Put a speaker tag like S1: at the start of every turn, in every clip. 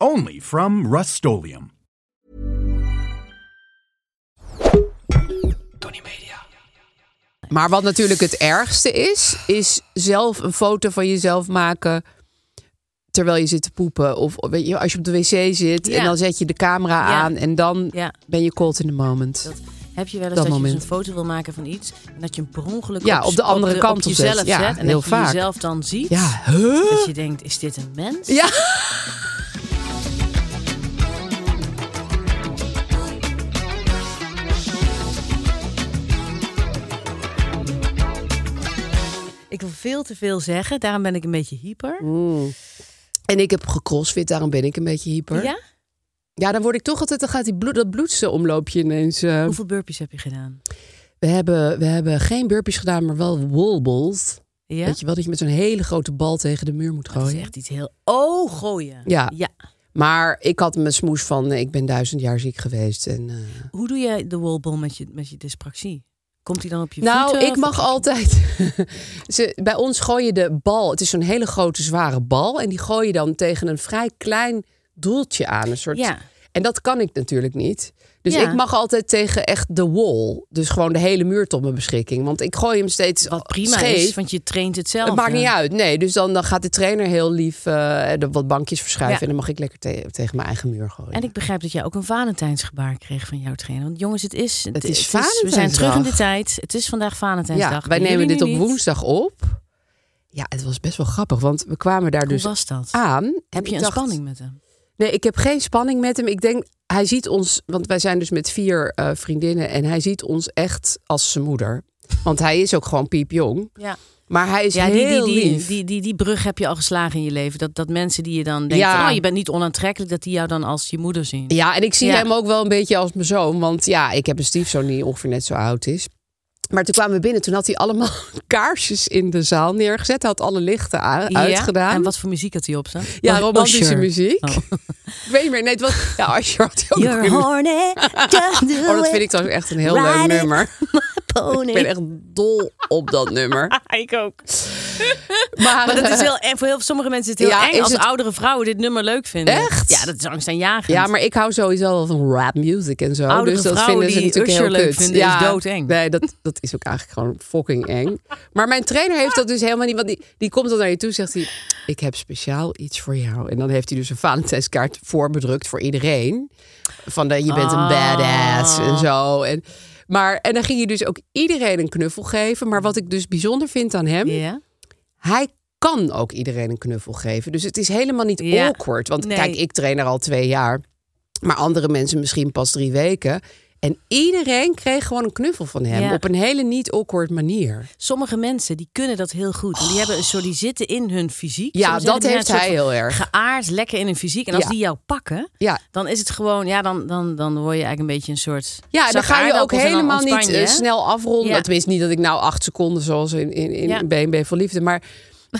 S1: Only from Rust
S2: Tony Media.
S3: Maar wat natuurlijk het ergste is, is zelf een foto van jezelf maken terwijl je zit te poepen. Of weet je, als je op de wc zit
S2: Ja.
S3: en dan zet je de camera
S2: Ja.
S3: aan en dan
S2: Ja.
S3: ben je caught in the moment.
S2: Dat, heb je wel eens
S3: Dat
S2: dat, je
S3: moment.
S2: dus een foto wil maken van iets en dat je een per ongeluk
S3: Ja, op de andere kant
S2: op
S3: op zet.
S2: jezelf
S3: Ja,
S2: zet en
S3: heel
S2: dat
S3: vaak.
S2: je jezelf dan ziet?
S3: ja,
S2: Dat je denkt, is dit een mens?
S3: ja.
S2: Ik wil veel te veel zeggen, daarom ben ik een beetje hyper.
S3: En ik heb gecrossfit, daarom ben ik een beetje hyper.
S2: Ja?
S3: Ja, dan word ik toch altijd, dan gaat die bloed, dat bloedse omloopje ineens. eh,
S2: Hoeveel burpees heb je gedaan?
S3: we, hebben, we hebben geen burpees gedaan, maar wel wobbles.
S2: Ja?
S3: Weet je oh, wel, dat je met zo'n hele grote bal tegen de muur moet
S2: dat is
S3: gooien.
S2: echt iets heel... Oh, gooien.
S3: Ja.
S2: ja.
S3: Maar ik had mijn smoes van, eh, ik ben duizend jaar ziek geweest. En, eh,
S2: Hoe doe jij de wobble met je, met je dyspraxie? Komt die dan op je
S3: Nou,
S2: voeten?
S3: ik
S2: of-
S3: mag altijd. Ze, bij ons gooi je de bal. Het is zo'n hele grote zware bal. En die gooi je dan tegen een vrij klein doeltje aan. Een soort,
S2: Ja.
S3: En dat kan ik natuurlijk niet. Dus
S2: Ja.
S3: ik mag altijd tegen echt de wall. Dus gewoon de hele muur tot mijn beschikking. Want ik gooi hem steeds
S2: Wat prima
S3: scheef.
S2: is, want je traint het zelf.
S3: Het maakt
S2: hè?
S3: niet uit. Nee, dus dan, dan gaat de trainer heel lief eh, de wat bankjes verschuiven.
S2: Ja.
S3: En dan mag ik lekker te- tegen mijn eigen muur gooien.
S2: En ik begrijp dat jij ook een Valentijnsgebaar kreeg van jouw trainer. Want jongens, het is. Het,
S3: is
S2: is We zijn terug in de
S3: Valentijnsdag.
S2: tijd. Het is vandaag Valentijnsdag.
S3: ja, wij
S2: Maar
S3: nemen
S2: jullie
S3: dit
S2: nu
S3: op
S2: niet.
S3: woensdag op. Ja, het was best wel grappig. Want we kwamen daar
S2: Hoe
S3: dus
S2: was dat?
S3: aan. En
S2: Heb
S3: ik
S2: je een
S3: dacht,
S2: spanning met hem?
S3: Nee, ik heb geen spanning met hem. Ik denk, hij ziet ons, want wij zijn dus met vier eh, vriendinnen en hij ziet ons echt als zijn moeder. Want hij is ook gewoon piepjong.
S2: Ja,
S3: Maar hij is
S2: ja die, die,
S3: heel
S2: die,
S3: lief.
S2: die, die, die brug heb je al geslagen in je leven. Dat, dat mensen die je dan denken,
S3: Ja.
S2: oh, je bent niet onaantrekkelijk, dat die jou dan als je moeder zien.
S3: Ja, en ik zie
S2: Ja.
S3: hem ook wel een beetje als mijn zoon. Want ja, ik heb een stiefzoon die ongeveer net zo oud is. Maar toen kwamen we binnen, toen had hij allemaal kaarsjes in de zaal neergezet. Hij had alle lichten a-
S2: Ja?
S3: uitgedaan.
S2: En wat voor muziek had hij op staan?
S3: Ja,
S2: Oh,
S3: romantische
S2: Usher.
S3: muziek.
S2: Oh.
S3: Ik weet niet meer. Nee, het was, ja, Usher had hij ook
S2: You're
S3: kunnen-
S2: horny, just do
S3: Oh, dat vind
S2: it,
S3: ik trouwens echt een heel
S2: Ride
S3: leuk
S2: it,
S3: nummer.
S2: pony.
S3: Ik ben echt dol op dat nummer.
S2: ik ook.
S3: Maar,
S2: Maar dat is heel, en voor heel, sommige mensen is het heel
S3: Ja,
S2: eng
S3: is
S2: als
S3: het-
S2: oudere vrouwen dit nummer leuk vinden.
S3: Echt?
S2: Ja, dat is angstaanjagend.
S3: Ja, maar ik hou sowieso wel van rap music en zo.
S2: Oudere
S3: dus dat
S2: vrouwen
S3: vinden ze
S2: die
S3: natuurlijk
S2: Usher
S3: heel
S2: leuk
S3: kut.
S2: vinden, is doodeng.
S3: Nee, dat, dat is ook eigenlijk gewoon fucking eng. Maar mijn trainer heeft dat dus helemaal niet. Want die, die komt dan naar je toe en zegt hij... Ik heb speciaal iets voor jou. En dan heeft hij dus een Valentijnskaart voorbedrukt voor iedereen. Van de, je bent een badass
S2: Ah.
S3: en zo. En, maar, en dan ging hij dus ook iedereen een knuffel geven. Maar wat ik dus bijzonder vind aan hem...
S2: Ja.
S3: hij kan ook iedereen een knuffel geven. Dus het is helemaal niet
S2: Ja.
S3: awkward. Want
S2: Nee.
S3: kijk, ik train er al twee jaar. Maar andere mensen misschien pas drie weken. En iedereen kreeg gewoon een knuffel van hem.
S2: Ja.
S3: Op een hele niet awkward manier.
S2: Sommige mensen die kunnen dat heel goed. En die hebben een soort, die zitten in hun fysiek.
S3: Oh. Ja,
S2: Soms hebben
S3: dat
S2: die
S3: heeft
S2: een soort
S3: hij
S2: van
S3: heel erg.
S2: Geaard, lekker in hun fysiek. En als
S3: Ja.
S2: die jou pakken,
S3: Ja,
S2: dan is het gewoon, ja, dan, dan, dan word je eigenlijk een beetje een soort.
S3: ja dan
S2: zak
S3: ga je ook
S2: aardappels en dan
S3: helemaal niet
S2: ontspan je,
S3: eh,
S2: hè?
S3: snel afronden.
S2: Ja.
S3: Tenminste, niet dat ik nou acht seconden zoals in, in, in
S2: Ja.
S3: BNB voor Liefde. Maar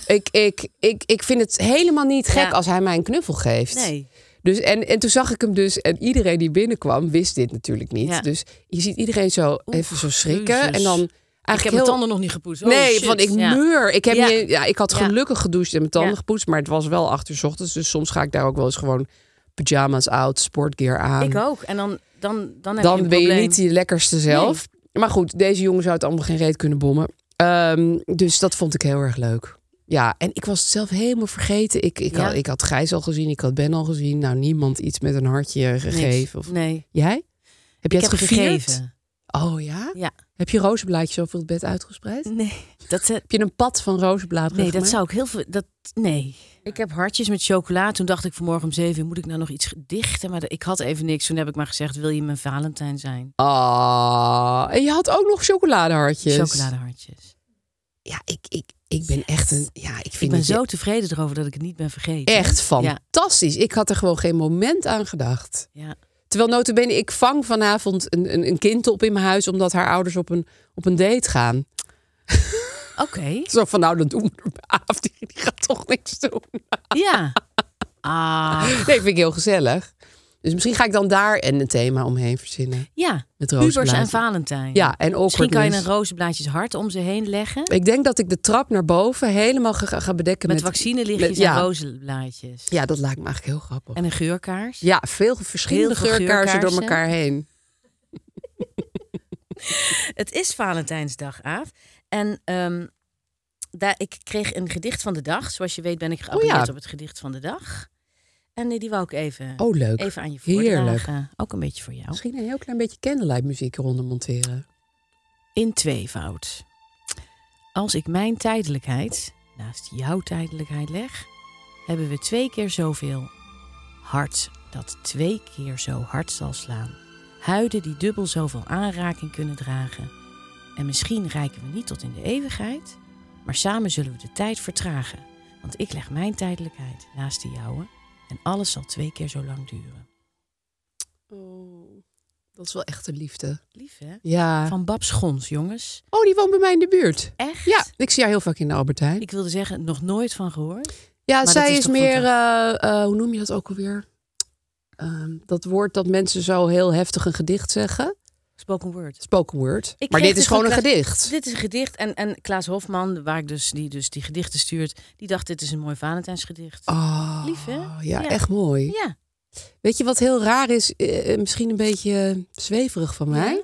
S3: ik, ik, ik, ik vind het helemaal niet gek
S2: Ja.
S3: als hij mij een knuffel geeft.
S2: Nee.
S3: Dus en, en toen zag ik hem dus, en iedereen die binnenkwam wist dit natuurlijk niet.
S2: Ja.
S3: Dus je ziet iedereen zo even zo schrikken.
S2: Jezus.
S3: En dan eigenlijk
S2: Ik heb
S3: heel...
S2: mijn tanden nog niet gepoetst. Oh,
S3: nee,
S2: shit.
S3: van ik
S2: Ja.
S3: muur. Ik, heb
S2: Ja.
S3: niet- ja, ik had
S2: Ja.
S3: gelukkig gedoucht en mijn tanden
S2: Ja.
S3: gepoetst. Maar het was wel acht uur 's ochtends. Dus soms ga ik daar ook wel eens gewoon pyjama's uit, sportgear aan.
S2: Ik ook. En dan, dan, dan heb je
S3: Dan
S2: een
S3: ben je
S2: probleem.
S3: niet die lekkerste zelf. Maar goed, deze jongen zou het allemaal geen reet kunnen bommen. Ehm, dus dat vond ik heel erg leuk. Ja, en ik was het zelf helemaal vergeten. Ik, ik,
S2: Ja.
S3: had, ik had Gijs al gezien, ik had Ben al gezien. Nou, niemand iets met een hartje gegeven. Of...
S2: Nee.
S3: Jij? Heb jij
S2: Mm. ik
S3: het
S2: heb
S3: gevierd?
S2: gegeven.
S3: Oh ja?
S2: Ja.
S3: Heb je rozenblaadjes over het bed uitgespreid?
S2: Nee. Dat, eh,
S3: Heb je een pad van rozenblaadjes
S2: nee, dat zou ik heel veel... Dat, nee. Ik heb hartjes met chocola. Toen dacht ik vanmorgen om zeven uur, moet ik nou nog iets dichten? Maar ik had even niks. Toen heb ik maar gezegd, wil je mijn Valentijn zijn?
S3: Ah, en je had ook nog chocoladehartjes.
S2: Chocoladehartjes.
S3: Ja, ik, ik, ik ben echt een... Ja, ik vind
S2: Ik ben
S3: het
S2: zo tevreden erover dat ik het niet ben vergeten.
S3: echt
S2: Ja.
S3: fantastisch. Ik had er gewoon geen moment aan gedacht.
S2: ja.
S3: Terwijl notabene, ik vang vanavond een, een, een kind op in mijn huis... omdat haar ouders op een, op een date gaan.
S2: Oké.
S3: Zo van, nou, dat doen we er maar af. Die, die gaat toch niks doen.
S2: Ja. Ah.
S3: Nee, vind ik heel gezellig. Dus misschien ga ik dan daar en een thema omheen verzinnen.
S2: Ja.
S3: Met
S2: Pubers en
S3: rozenblaadjes.
S2: Valentijn.
S3: Ja, en
S2: Misschien kan je een
S3: awkwardness.
S2: rozenblaadjes hart om ze heen leggen.
S3: Ik denk dat ik de trap naar boven helemaal ga, ga bedekken
S2: Met,
S3: met...
S2: vaccinelichtjes
S3: met- ja.
S2: en rozenblaadjes.
S3: Ja, dat lijkt me eigenlijk heel grappig.
S2: En een geurkaars.
S3: Ja, veel verschillende
S2: Heel veel
S3: geurkaarsen door
S2: geurkaarsen.
S3: elkaar heen.
S2: Het is Valentijnsdag, Aaf. En ehm, daar, ik kreeg een gedicht van de dag. Zoals je weet ben ik geabonneerd
S3: Oh ja.
S2: op het gedicht van de dag. En eh, die wou ik even,
S3: Oh, leuk.
S2: even aan je
S3: Heerlijk.
S2: voordragen. Ook een beetje voor jou.
S3: Misschien een heel klein beetje candlelight muziek eronder monteren.
S2: In tweevoud. Als ik mijn tijdelijkheid naast jouw tijdelijkheid leg, hebben we twee keer zoveel. Hart dat twee keer zo hard zal slaan. Huiden die dubbel zoveel aanraking kunnen dragen. En misschien reiken we niet tot in de eeuwigheid, maar samen zullen we de tijd vertragen. Want ik leg mijn tijdelijkheid naast de jouwe en alles zal twee keer zo lang duren.
S3: Oh, dat is wel echte liefde.
S2: Lief hè?
S3: Ja.
S2: Van Babs Gons, jongens.
S3: Oh, die woont bij mij in de buurt.
S2: Echt?
S3: Ja, ik zie haar heel vaak in de Albert Heijn.
S2: Ik wilde zeggen, nog nooit van gehoord.
S3: Ja,
S2: dat
S3: zij
S2: is
S3: is,
S2: toch
S3: meer,
S2: goed,
S3: eh, eh, hoe noem je dat ook alweer? Ehm, dat woord dat mensen zo heel heftig een gedicht zeggen.
S2: Spoken word.
S3: Spoken word.
S2: Ik
S3: maar
S2: kreeg
S3: dit is
S2: van
S3: gewoon een
S2: Klaas-
S3: gedicht.
S2: Dit is een gedicht. En, en Klaas Hofman, waar ik dus die, dus die gedichten stuurt, die dacht: dit is een mooi Valentijnsgedicht.
S3: Oh,
S2: Lief, hè?
S3: Ja,
S2: Ja.
S3: echt mooi.
S2: Ja,
S3: Weet je wat heel raar is? Eh, eh, misschien een beetje eh, zweverig van mij.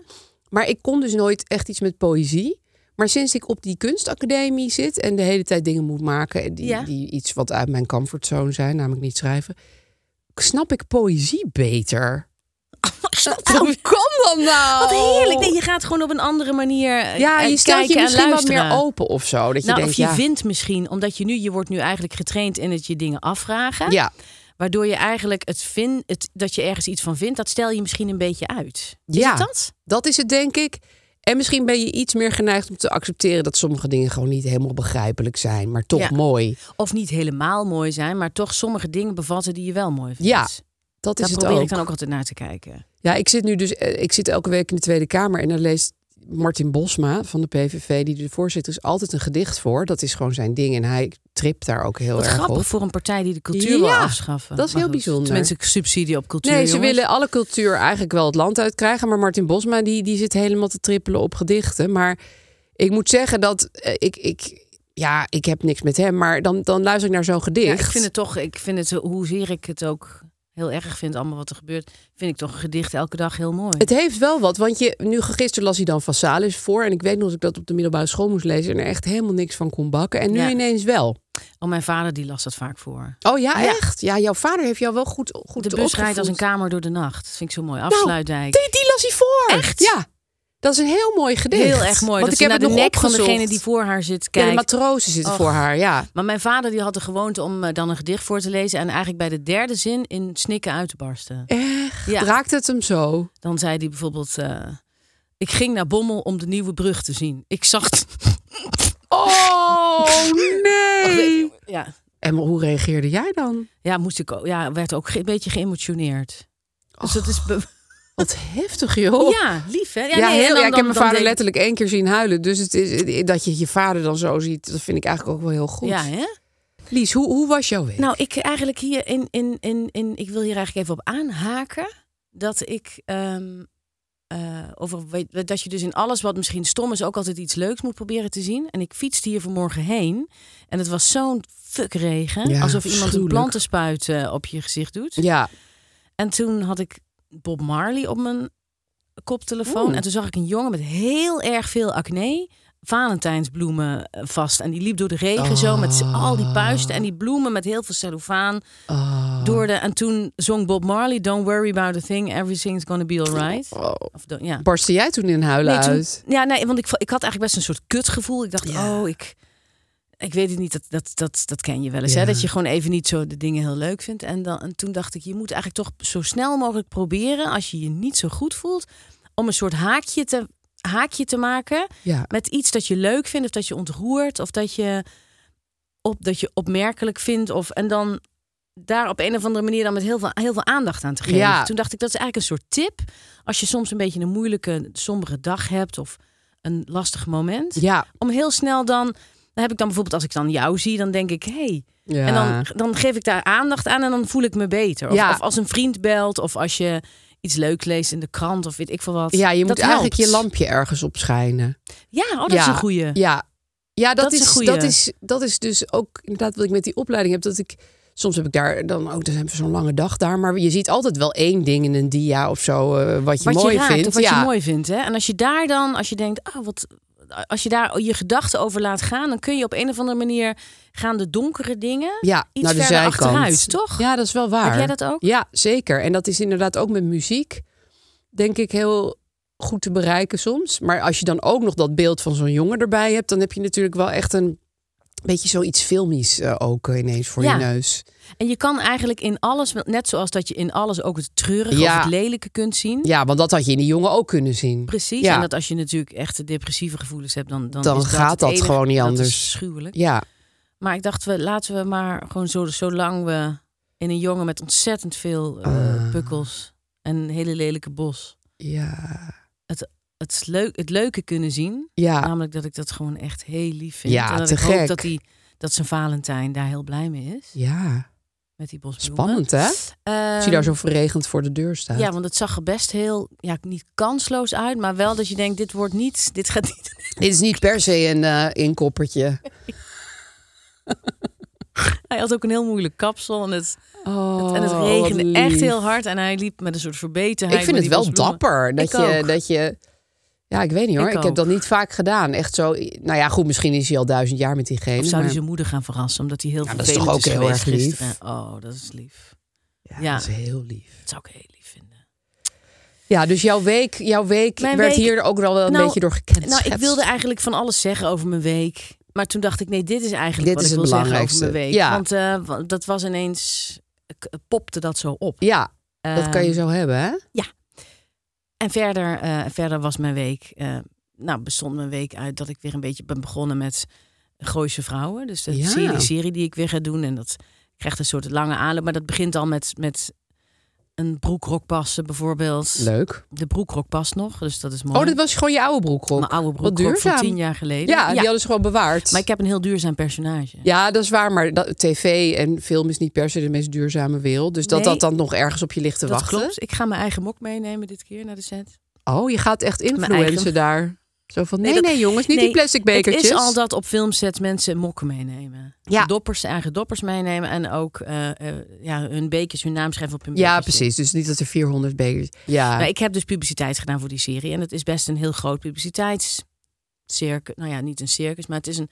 S3: Maar ik kon dus nooit echt iets met poëzie. Maar sinds ik op die kunstacademie zit en de hele tijd dingen moet maken... en Die,
S2: Ja.
S3: die iets wat uit mijn comfortzone zijn, namelijk niet schrijven... snap ik poëzie beter. Hoe kan dat nou?
S2: Wat heerlijk. Nee, je gaat gewoon op een andere manier. eh,
S3: Ja, je
S2: eh,
S3: stelt
S2: kijken
S3: je
S2: en
S3: misschien wat
S2: luisteren.
S3: meer open of zo. Dat je
S2: Nou,
S3: denkt,
S2: of je
S3: ja,
S2: vindt misschien, omdat je nu, je wordt nu eigenlijk getraind in het je dingen afvragen.
S3: ja,
S2: Waardoor je eigenlijk het vindt, het, dat je ergens iets van vindt, dat stel je misschien een beetje uit. Is
S3: Ja.
S2: het dat?
S3: dat is het denk ik. En misschien ben je iets meer geneigd om te accepteren... dat sommige dingen gewoon niet helemaal begrijpelijk zijn. Maar toch
S2: Ja.
S3: mooi.
S2: Of niet helemaal mooi zijn, maar toch sommige dingen bevatten die je wel mooi vindt.
S3: Ja, Dat is
S2: Daar
S3: het
S2: probeer
S3: ook.
S2: ik dan ook altijd naar te kijken.
S3: Ja, ik zit nu dus, eh, ik zit elke week in de Tweede Kamer en dan leest Martin Bosma van de PVV, die de voorzitter is, altijd een gedicht voor. Dat is gewoon zijn ding en hij tript daar ook heel
S2: Wat
S3: erg
S2: grappig
S3: op.
S2: voor een partij die de cultuur wil
S3: Ja,
S2: afschaffen.
S3: dat is
S2: Maar
S3: heel
S2: goed,
S3: bijzonder.
S2: Tenminste, subsidie op cultuur.
S3: Nee, ze
S2: jongens.
S3: willen alle cultuur eigenlijk wel het land uitkrijgen, maar Martin Bosma die, die zit helemaal te trippelen op gedichten. Maar ik moet zeggen dat eh, ik, ik, ja, ik heb niks met hem, maar dan, dan luister ik naar zo'n gedicht.
S2: Ja, ik vind het toch, ik vind het, eh, hoezeer ik het ook heel erg vind, allemaal wat er gebeurt, vind ik toch een gedicht elke dag heel mooi.
S3: Het heeft wel wat, want je, nu gisteren las hij dan Vassalis voor. En ik weet nog dat ik dat op de middelbare school moest lezen en er echt helemaal niks van kon bakken. En nu
S2: Ja.
S3: ineens wel.
S2: Oh, mijn vader die las dat vaak voor.
S3: Oh ja,
S2: Ja.
S3: echt? Ja, jouw vader heeft jou wel goed, goed
S2: De bus rijdt
S3: opgevoed.
S2: als een kamer door de nacht. Dat vind ik zo mooi.
S3: Nou,
S2: Afsluitdijk.
S3: die, die las hij voor.
S2: Echt?
S3: Ja. Dat is een heel mooi gedicht.
S2: heel erg
S3: Want
S2: mooi. dat
S3: ik
S2: ze
S3: heb
S2: naar
S3: het
S2: de
S3: nog
S2: nek van
S3: opgezocht.
S2: degene die voor haar zit
S3: Ja, de
S2: kijkt.
S3: matrozen zitten voor haar, ja.
S2: maar mijn vader die had de gewoonte om eh, dan een gedicht voor te lezen en eigenlijk bij de derde zin in snikken uit te barsten.
S3: Echt?
S2: Ja.
S3: Raakt het hem zo?
S2: Dan zei hij bijvoorbeeld: eh, Ik ging naar Bommel om de nieuwe brug te zien. Ik zag.
S3: Oh, nee.
S2: Ja,
S3: En maar hoe reageerde jij dan?
S2: ja, moest ik ook, ja werd ook ge- een beetje geëmotioneerd. Dus dat is. be- oh,
S3: Wat heftig, joh.
S2: Ja, lief hè? Ja,
S3: Oh. Ja,
S2: nee,
S3: heel,
S2: en dan-
S3: ja, ik heb
S2: dan-
S3: mijn
S2: dan
S3: vader
S2: denk-
S3: letterlijk één keer zien huilen. Dus het is, dat je je vader dan zo ziet, dat vind ik eigenlijk ook wel heel goed.
S2: Ja, hè?
S3: Lies, hoe, hoe was jouw week?
S2: Nou, ik eigenlijk hier in, in, in, in. Ik wil hier eigenlijk even op aanhaken. Dat ik. ehm, eh, over, weet- dat je dus in alles wat misschien stom is ook altijd iets leuks moet proberen te zien. En ik fietste hier vanmorgen heen. En het was zo'n fukregen.
S3: Ja,
S2: alsof iemand een
S3: afschuwelijk.
S2: plantenspuit eh, op je gezicht doet.
S3: ja,
S2: En toen had ik Bob Marley op mijn koptelefoon.
S3: Oeh.
S2: En toen zag ik een jongen met heel erg veel acne Valentijnsbloemen eh, vast. En die liep door de regen zo met z'n- al die puisten en die bloemen met heel veel cellofaan.
S3: Oh.
S2: Door de, en toen zong Bob Marley: Don't worry about a thing, everything's gonna be alright. Of, don't- ja.
S3: Oh. Barstte jij toen in huilen
S2: Nee, toen-
S3: uit?
S2: ja, nee, want ik, vo- ik had eigenlijk best een soort kutgevoel. Ik dacht,
S3: Ja.
S2: oh, ik, ik weet het niet, dat, dat, dat, dat ken je wel eens.
S3: Ja.
S2: Hè? Dat je gewoon even niet zo de dingen heel leuk vindt. En, dan, en toen dacht ik, je moet eigenlijk toch zo snel mogelijk proberen, als je je niet zo goed voelt, om een soort haakje te, haakje te maken
S3: Ja.
S2: met iets dat je leuk vindt, of dat je ontroert, of dat je, op, dat je opmerkelijk vindt. Of, en dan daar op een of andere manier dan met heel veel, heel veel aandacht aan te geven.
S3: Ja.
S2: Toen dacht ik, dat is eigenlijk een soort tip. Als je soms een beetje een moeilijke, sombere dag hebt of een lastig moment.
S3: Ja.
S2: Om heel snel dan, dan heb ik dan bijvoorbeeld als ik dan jou zie, dan denk ik, Hey.
S3: ja.
S2: En dan, dan geef ik daar aandacht aan en dan voel ik me beter. Of,
S3: Ja.
S2: of als een vriend belt of als je iets leuk leest in de krant of weet ik veel wat.
S3: ja, je moet
S2: Dat
S3: eigenlijk
S2: helpt.
S3: je lampje ergens op schijnen.
S2: Ja, oh, dat
S3: ja.
S2: is een goeie.
S3: Ja, ja dat,
S2: Dat is
S3: is,
S2: een goeie.
S3: dat, is, dat is dus ook inderdaad wat ik met die opleiding heb. Dat ik, soms heb ik daar dan ook, dan hebben we zo'n lange dag daar. Maar je ziet altijd wel één ding in een dia of zo, eh, wat je
S2: wat
S3: mooi
S2: je raakt
S3: vindt.
S2: of wat
S3: ja.
S2: je mooi vindt. Hè? En als je daar dan, als je denkt, ah, wat, als je daar je gedachten over laat gaan, dan kun je op een of andere manier gaan de donkere dingen.
S3: ja,
S2: iets
S3: naar de
S2: verder
S3: zijkant.
S2: achteruit, toch?
S3: Ja, dat is wel waar.
S2: Heb jij dat ook?
S3: Ja, zeker. En dat is inderdaad ook met muziek, denk ik, heel goed te bereiken soms. Maar als je dan ook nog dat beeld van zo'n jongen erbij hebt, dan heb je natuurlijk wel echt een beetje zoiets filmisch eh, ook eh, ineens voor
S2: Ja.
S3: je neus.
S2: En je kan eigenlijk in alles, net zoals dat je in alles ook het treurige
S3: Ja.
S2: of het lelijke kunt zien.
S3: Ja, want dat had je in die jongen ook kunnen zien.
S2: Precies.
S3: Ja.
S2: En dat als je natuurlijk echt depressieve gevoelens hebt, dan, dan,
S3: Dan
S2: is
S3: gaat
S2: het
S3: dat
S2: enige.
S3: gewoon niet
S2: Dat is
S3: anders.
S2: schuwelijk.
S3: Ja,
S2: Maar ik dacht, we, laten we maar gewoon zo, zolang we in een jongen met ontzettend veel eh,
S3: Ah.
S2: pukkels en een hele lelijke bos
S3: ja,
S2: het, leuk, het leuke kunnen zien.
S3: ja.
S2: Namelijk dat ik dat gewoon echt heel lief vind.
S3: Ah. Ja,
S2: en dat
S3: te
S2: ik hoop
S3: gek.
S2: dat, die, dat zijn Valentijn daar heel blij mee is.
S3: Ja,
S2: Met die bosbloemen.
S3: spannend hè? Als
S2: Ehm,
S3: je daar zo verregend voor de deur staat.
S2: ja, want het zag er best heel, ja, niet kansloos uit, maar wel dat je denkt, dit wordt niet, dit gaat niet.
S3: Dit is niet per se een eh, inkoppertje.
S2: Hij had ook een heel moeilijk kapsel en het,
S3: Oh,
S2: en het
S3: wat
S2: regende
S3: lief.
S2: echt heel hard en hij liep met een soort verbeterheid.
S3: Ik vind
S2: met
S3: het
S2: die
S3: wel
S2: bosbloemen.
S3: dapper dat
S2: Ik
S3: je,
S2: ook.
S3: dat je. Ja, ik weet niet hoor. Ik,
S2: Ik
S3: heb
S2: ook.
S3: dat niet vaak gedaan. Echt zo. Nou ja, goed, misschien is hij al duizend jaar met diegene.
S2: Of zou hij
S3: maar-
S2: zijn moeder gaan verrassen, omdat hij heel
S3: Ja, dat is
S2: vervelend
S3: toch ook heel
S2: geweest
S3: erg lief?
S2: gisteren. Oh, dat is lief.
S3: ja,
S2: ja.
S3: dat is heel lief.
S2: Dat zou ik heel lief vinden.
S3: Ja, dus jouw week, jouw week
S2: Mijn
S3: werd
S2: week-
S3: hier ook wel wel een
S2: Nou,
S3: beetje door gekend.
S2: Nou, ik wilde eigenlijk van alles zeggen over mijn week. Maar toen dacht ik, nee, dit is eigenlijk
S3: Dit
S2: wat
S3: is
S2: ik
S3: het
S2: wil zeggen over
S3: belangrijkste.
S2: mijn week.
S3: Ja.
S2: Want eh, wa- dat was ineens, k- popte dat zo op.
S3: Ja, dat
S2: Ehm,
S3: kan je zo hebben, hè?
S2: En verder, eh, verder was mijn week, eh, nou bestond mijn week uit dat ik weer een beetje ben begonnen met Gooise Vrouwen. Dus de
S3: Ja.
S2: serie, serie die ik weer ga doen. En dat krijgt een soort lange aanloop. Maar dat begint al met, met een broekrok passen bijvoorbeeld.
S3: Leuk.
S2: De broekrok past nog, dus dat is mooi.
S3: Oh, dat was gewoon je oude broekrok.
S2: Mijn oude broekrok
S3: duurzaam.
S2: van tien jaar geleden.
S3: Ja, die hadden ze gewoon bewaard.
S2: Maar ik heb een heel duurzaam personage.
S3: Ja, dat is waar. Maar dat, tv en film is niet per se de meest duurzame wereld. Dus dat
S2: Nee.
S3: dat dan nog ergens op je ligt te
S2: dat
S3: wachten.
S2: klopt. Ik ga mijn eigen mok meenemen dit keer naar de set.
S3: Oh, je gaat echt influencen
S2: eigen-
S3: daar. Zo van, nee, nee,
S2: dat-
S3: jongens, niet die
S2: nee,
S3: plastic bekertjes.
S2: Het is al dat op filmsets mensen mokken meenemen.
S3: Ja.
S2: Doppers, eigen doppers meenemen. En ook eh, eh, ja, hun bekers, hun naam schrijven op hun
S3: Ja,
S2: bekertje.
S3: precies. Dus niet dat er 400 bekers... Ja,
S2: Maar ik heb dus publiciteit gedaan voor die serie. En het is best een heel groot publiciteitscircus. Nou ja, niet een circus, maar het is een,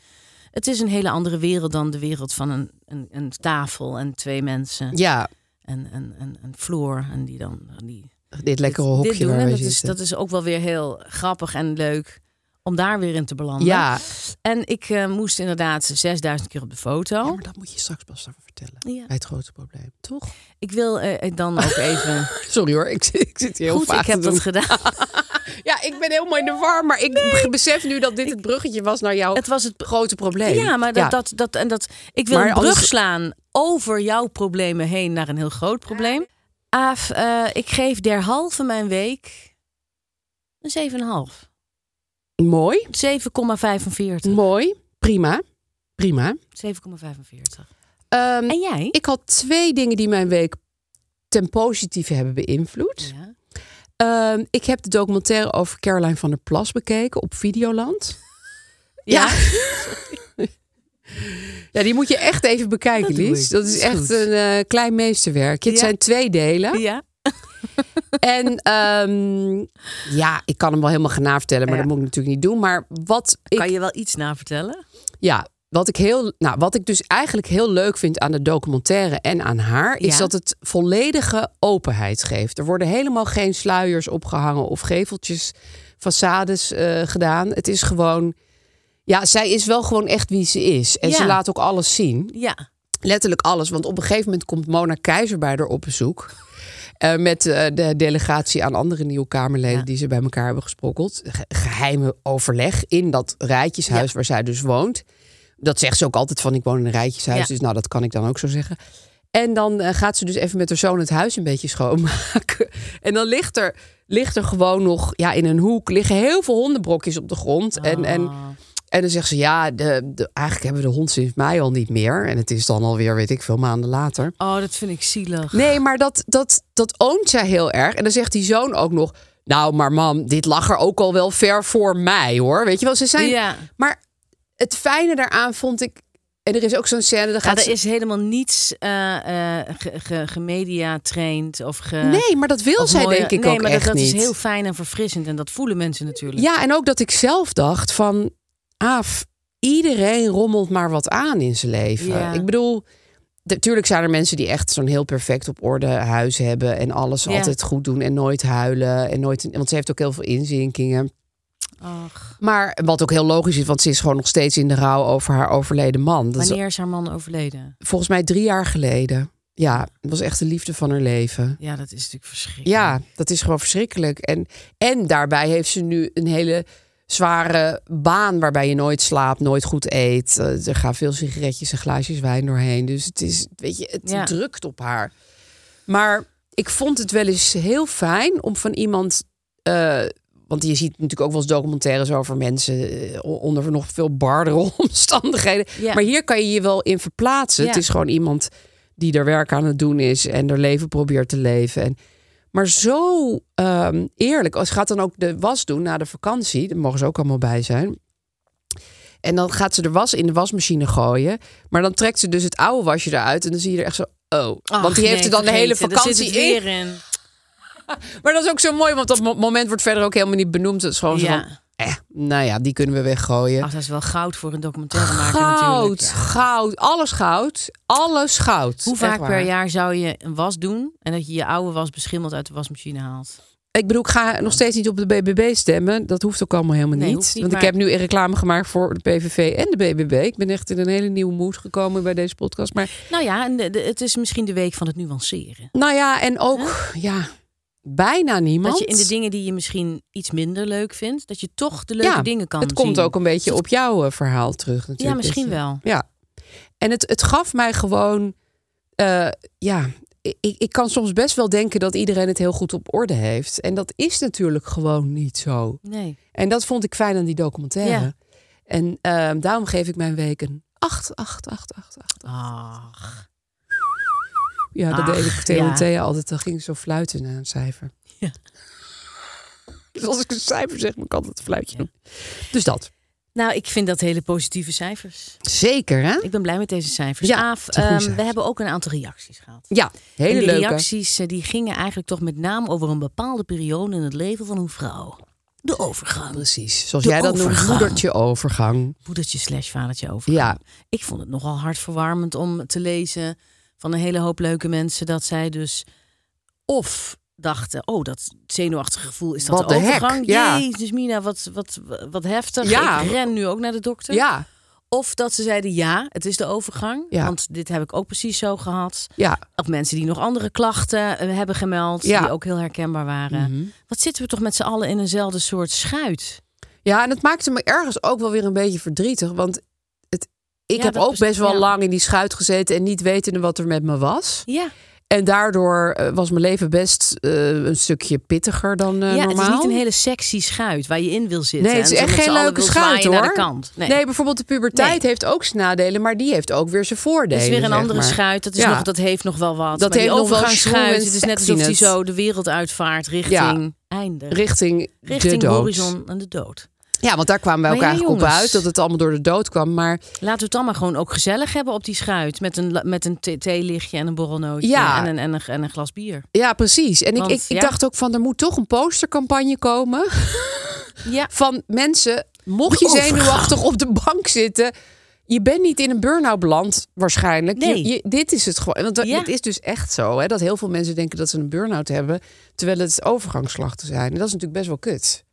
S2: het is een hele andere wereld dan de wereld van een, een, een tafel en twee mensen.
S3: ja
S2: En, en, en, en Floor. En die dan die
S3: dit lekkere
S2: dit-
S3: hokje
S2: dit doen.
S3: waar
S2: En
S3: wij
S2: dat is,
S3: zitten.
S2: dat is ook wel weer heel grappig en leuk om daar weer in te belanden.
S3: ja.
S2: En ik eh, moest inderdaad 6000 keer op de
S3: Ja,
S2: foto.
S3: maar dat moet je straks pas even vertellen.
S2: Ja.
S3: Bij het grote probleem, toch?
S2: Ik wil eh, dan ook even.
S3: Sorry hoor, ik, zit- ik zit hier heel
S2: Goed,
S3: vaag
S2: ik heb
S3: te doen.
S2: dat gedaan.
S3: Ja, ik ben helemaal in de war, maar ik besef nu dat dit het bruggetje was naar jouw
S2: Het was het.
S3: grote probleem.
S2: Ja, maar dat, Dat, dat, en dat, ik wil
S3: Maar
S2: een brug
S3: anders-
S2: slaan over jouw problemen heen naar een heel groot probleem. Aaf, eh, ik geef derhalve mijn week een 7,5.
S3: Mooi,
S2: 7,45.
S3: mooi, prima, prima.
S2: 7,45.
S3: Ehm,
S2: En jij?
S3: Ik had twee dingen die mijn week ten positieve hebben beïnvloed.
S2: Ja.
S3: Ehm, ik heb de documentaire over Caroline van der Plas bekeken op Videoland.
S2: Ja.
S3: ja, die moet je echt even bekijken,
S2: Dat doe
S3: Lies.
S2: ik.
S3: Dat is
S2: Is
S3: echt
S2: goed.
S3: een eh, klein meesterwerk. Het
S2: Ja.
S3: zijn twee delen.
S2: ja.
S3: en ehm, ja, ik kan hem wel helemaal gaan navertellen, maar dat moet ik natuurlijk niet doen. Maar wat ik
S2: Kan je wel iets na vertellen?
S3: ja, wat ik, heel, nou, wat ik dus eigenlijk heel leuk vind aan de documentaire en aan haar, is
S2: Ja.
S3: dat het volledige openheid geeft. Er worden helemaal geen sluiers opgehangen of geveltjes, façades eh, gedaan. Het is gewoon. Ja, zij is wel gewoon echt wie ze is. En
S2: Ja.
S3: ze laat ook alles zien.
S2: Ja.
S3: Letterlijk alles. Want op een gegeven moment komt Mona Keizer bij haar op bezoek. Eh, met eh, de delegatie aan andere nieuwe Kamerleden
S2: Ja.
S3: die ze bij elkaar hebben gesprokkeld. Ge- geheime overleg in dat rijtjeshuis waar zij dus woont. Dat zegt ze ook altijd van ik woon in een rijtjeshuis.
S2: Ja.
S3: Dus nou, dat kan ik dan ook zo zeggen. En dan eh, gaat ze dus even met haar zoon het huis een beetje schoonmaken. En dan ligt er, ligt er gewoon nog, ja, in een hoek liggen heel veel hondenbrokjes op de grond. En, en
S2: Ah.
S3: en dan zegt ze, ja, de, de- eigenlijk hebben we de hond sinds mei al niet meer. En het is dan alweer, weet ik veel, maanden later.
S2: Oh, dat vind ik zielig.
S3: Nee, maar dat, dat, dat oomt zij heel erg. En dan zegt die zoon ook nog, nou, maar mam, dit lag er ook al wel ver voor mij, hoor. Weet je wel, ze zijn...
S2: Ja.
S3: Maar het fijne daaraan vond ik... En er is ook zo'n scène, dan
S2: Ja,
S3: gaat
S2: er
S3: ze-
S2: is helemaal niets eh, eh, ge- ge- gemediatraind of ge...
S3: Nee, maar dat wil
S2: of
S3: zij
S2: eh, mooie-
S3: denk ik
S2: nee,
S3: ook
S2: maar dat,
S3: echt
S2: dat
S3: niet.
S2: is heel fijn en verfrissend. En dat voelen mensen natuurlijk.
S3: Ja, en ook dat ik zelf dacht van... Aaf, iedereen rommelt maar wat aan in zijn leven.
S2: Ja.
S3: Ik bedoel, natuurlijk zijn er mensen die echt zo'n heel perfect op orde huis hebben... en alles
S2: Ja.
S3: altijd goed doen en nooit huilen. En nooit, want ze heeft ook heel veel inzinkingen.
S2: Ach,
S3: Maar wat ook heel logisch is, want ze is gewoon nog steeds in de rouw... over haar overleden man. Dat is
S2: wanneer is haar man overleden?
S3: volgens mij drie jaar geleden. Ja, het was echt de liefde van haar leven.
S2: Ja, dat is natuurlijk verschrikkelijk.
S3: Ja, dat is gewoon verschrikkelijk. En, en daarbij heeft ze nu een hele zware baan waarbij je nooit slaapt, nooit goed eet. Eh, Er gaan veel sigaretjes en glaasjes wijn doorheen. Dus het is, weet je, het
S2: Ja.
S3: drukt op haar. Maar ik vond het wel eens heel fijn om van iemand. eh, want je ziet natuurlijk ook wel eens documentaires over mensen eh, onder nog veel bardere omstandigheden.
S2: Ja.
S3: Maar hier kan je je wel in verplaatsen.
S2: Ja.
S3: Het is gewoon iemand die er werk aan het doen is en er leven probeert te leven. En, maar zo ehm, eerlijk. Als gaat dan ook de was doen na de vakantie. Daar mogen ze ook allemaal bij zijn. En dan gaat ze de was in de wasmachine gooien. Maar dan trekt ze dus het oude wasje eruit. En dan zie je er echt zo. Oh,
S2: Ach,
S3: want die heeft
S2: nee,
S3: er dan de hele
S2: vergeten. Daar
S3: vakantie
S2: zit
S3: in
S2: het weer in.
S3: maar dat is ook zo mooi, want dat mo- moment wordt verder ook helemaal niet benoemd. Het is gewoon zo
S2: Ja.
S3: van, eh, nou ja, die kunnen we weggooien.
S2: Ach, dat is wel goud voor een documentaire maken natuurlijk.
S3: goud,
S2: Ja.
S3: goud, alles goud, alles goud.
S2: Hoe
S3: Echt
S2: vaak per
S3: waar.
S2: jaar zou je een was doen en dat je je oude was beschimmeld uit de wasmachine haalt?
S3: Ik bedoel, ik ga nog steeds niet op de BBB stemmen. Dat hoeft ook allemaal helemaal
S2: Nee,
S3: niet.
S2: hoeft niet,
S3: want ik
S2: maar-
S3: heb nu reclame gemaakt voor de PVV en de BBB. Ik ben echt in een hele nieuwe moed gekomen bij deze podcast. Maar
S2: Nou ja, en de- de- het is misschien de week van het nuanceren.
S3: nou ja, en ook, ja, bijna niemand.
S2: Dat je in de dingen die je misschien iets minder leuk vindt, dat je toch de leuke
S3: Ja,
S2: dingen kan
S3: Het komt
S2: zien.
S3: ook een beetje op jouw eh, verhaal terug natuurlijk.
S2: Ja, misschien
S3: Dat je-
S2: wel.
S3: Ja. En het, het gaf mij gewoon. eh, ja, ik, ik kan soms best wel denken dat iedereen het heel goed op orde heeft. En dat is natuurlijk gewoon niet zo.
S2: Nee.
S3: En dat vond ik fijn aan die documentaire.
S2: Ja.
S3: En eh, daarom geef ik mijn week een 8, 8, 8, 8, 8.
S2: Ach.
S3: Ja, dat
S2: Ach,
S3: deed ik tegen
S2: ja.
S3: Thea altijd. Dan ging ik zo fluiten naar een cijfer.
S2: Ja.
S3: Dus als ik een cijfer zeg, moet ik altijd een fluitje doen. Dus dat.
S2: Nou, ik vind dat hele positieve cijfers.
S3: Zeker, hè?
S2: Ik ben blij met deze cijfers.
S3: Ja,
S2: Aaf,
S3: het zijn goede
S2: ehm, we
S3: cijfers.
S2: hebben ook een aantal reacties gehad.
S3: Ja, hele
S2: en die
S3: leuke.
S2: reacties eh, die gingen eigenlijk toch met name over een bepaalde periode in het leven van een vrouw. De overgang.
S3: Precies. Zoals
S2: De
S3: jij dat noemt,
S2: overgang.
S3: moedertje overgang.
S2: Moedertje slash vadertje overgang.
S3: Ja.
S2: Ik vond het nogal hartverwarmend om te lezen van een hele hoop leuke mensen dat zij dus of dachten, oh dat zenuwachtige gevoel is dat
S3: Wat
S2: de
S3: de hek,
S2: overgang.
S3: ja.
S2: Jezus Mina, wat, wat, wat heftig.
S3: Ja.
S2: Ik ren nu ook naar de dokter.
S3: Ja,
S2: Of dat ze zeiden, ja, het is de overgang.
S3: Ja.
S2: Want dit heb ik ook precies zo gehad.
S3: ja.
S2: Of mensen die nog andere klachten eh, hebben gemeld,
S3: Ja. Mhm.
S2: die ook heel herkenbaar waren. Wat zitten we toch met z'n allen in eenzelfde soort schuit?
S3: Ja, en het maakte me ergens ook wel weer een beetje verdrietig. Want het, ik
S2: Ja,
S3: heb
S2: dat
S3: ook
S2: best-
S3: best wel
S2: ja.
S3: lang in die schuit gezeten... en niet wetende wat er met me was.
S2: Ja,
S3: En daardoor eh, was mijn leven best eh, een stukje pittiger dan eh
S2: ja het
S3: normaal.
S2: is niet een hele sexy schuit waar je in wil zitten.
S3: Nee, het
S2: en
S3: is
S2: zo
S3: echt
S2: met
S3: geen
S2: z'n allen
S3: leuke
S2: wil
S3: schuit
S2: zwaaien
S3: hoor.
S2: Naar de kant. Nee.
S3: bijvoorbeeld de puberteit
S2: Nee.
S3: heeft ook zijn nadelen, maar die heeft ook weer zijn voordelen.
S2: dat is weer een
S3: zeg
S2: andere
S3: maar.
S2: schuit. Dat, is
S3: Ja.
S2: nog, dat heeft nog wel wat.
S3: Dat
S2: maar die
S3: heeft nog wel schroom en
S2: overgangsschuit. Het is net alsof die
S3: sexiness.
S2: zo de wereld uitvaart richting einde.
S3: Richting,
S2: richting
S3: de dood.
S2: horizon en de dood.
S3: Ja, want daar kwamen wij
S2: Maar
S3: elkaar
S2: ja,
S3: eigenlijk op uit
S2: jongens.
S3: dat het allemaal door de dood kwam. Maar
S2: Laten we het dan maar gewoon ook gezellig hebben op die schuit. Met een, la- met een the- theelichtje en een borrelnootje
S3: Ja.
S2: en, een, en, een, en een glas bier.
S3: ja, precies. En ik,
S2: Want,
S3: ik, ik
S2: ja.
S3: dacht ook van er moet toch een postercampagne komen.
S2: Ja,
S3: Van mensen, mocht je
S2: De overgang.
S3: zenuwachtig op de bank zitten. Je bent niet in een burn-out beland waarschijnlijk. Je-
S2: Nee.
S3: je- dit is het gewoon. Want dat-
S2: Ja.
S3: het is dus echt zo hè, dat heel veel mensen denken dat ze een burn-out hebben. Terwijl het overgangsslachten zijn. En dat is natuurlijk best wel kut.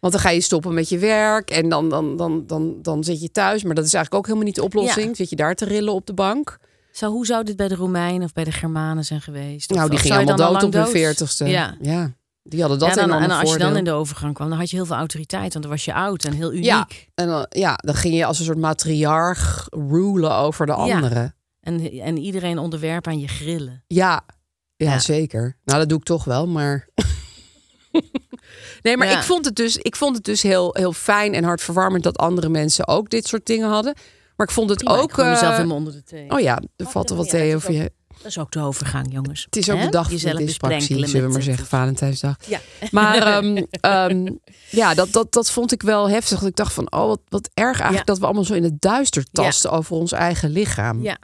S3: Want dan ga je stoppen met je werk en dan, dan, dan, dan, dan zit je thuis. Maar dat is eigenlijk ook helemaal niet de oplossing.
S2: Ja.
S3: Zit je daar te rillen op de bank.
S2: Zo, hoe zou dit bij de Romeinen of bij de Germanen zijn geweest? Of-
S3: Nou, die
S2: of
S3: gingen
S2: zou je
S3: allemaal
S2: dan al
S3: dood op
S2: lang
S3: hun veertigste.
S2: Ja.
S3: Die hadden dat
S2: ja, dan,
S3: enorme
S2: en als je dan
S3: voordeel.
S2: in de overgang kwam, dan had je heel veel autoriteit. Want dan was je oud en heel uniek.
S3: Ja, en dan, ja, dan ging je als een soort matriarch rulen over de anderen.
S2: En, en iedereen onderwerp aan je grillen.
S3: Ja. Ja,
S2: Ja.
S3: zeker. Nou, dat doe ik toch wel, maar... nee, maar
S2: Ja.
S3: ik vond het dus, ik vond het dus heel, heel fijn en hartverwarmend... dat andere mensen ook dit soort dingen hadden. Maar ik vond het
S2: Prima, ik
S3: ook...
S2: gooi mezelf
S3: eh,
S2: helemaal onder de thee.
S3: oh ja, er valt er wat thee over je...
S2: Dat is ook de overgang, jongens.
S3: Het is ook
S2: Hè?
S3: de dag van
S2: Jezelf
S3: de dyspraxie,
S2: besprenkelen
S3: zullen we maar
S2: met het-
S3: zeggen. Valentijnsdag.
S2: Ja.
S3: Maar ehm, ehm, ja, dat, dat, dat vond ik wel heftig. Dat ik dacht van, oh, wat, wat erg eigenlijk
S2: Ja.
S3: dat we allemaal zo in het duister tasten over ons eigen lichaam
S2: Ja,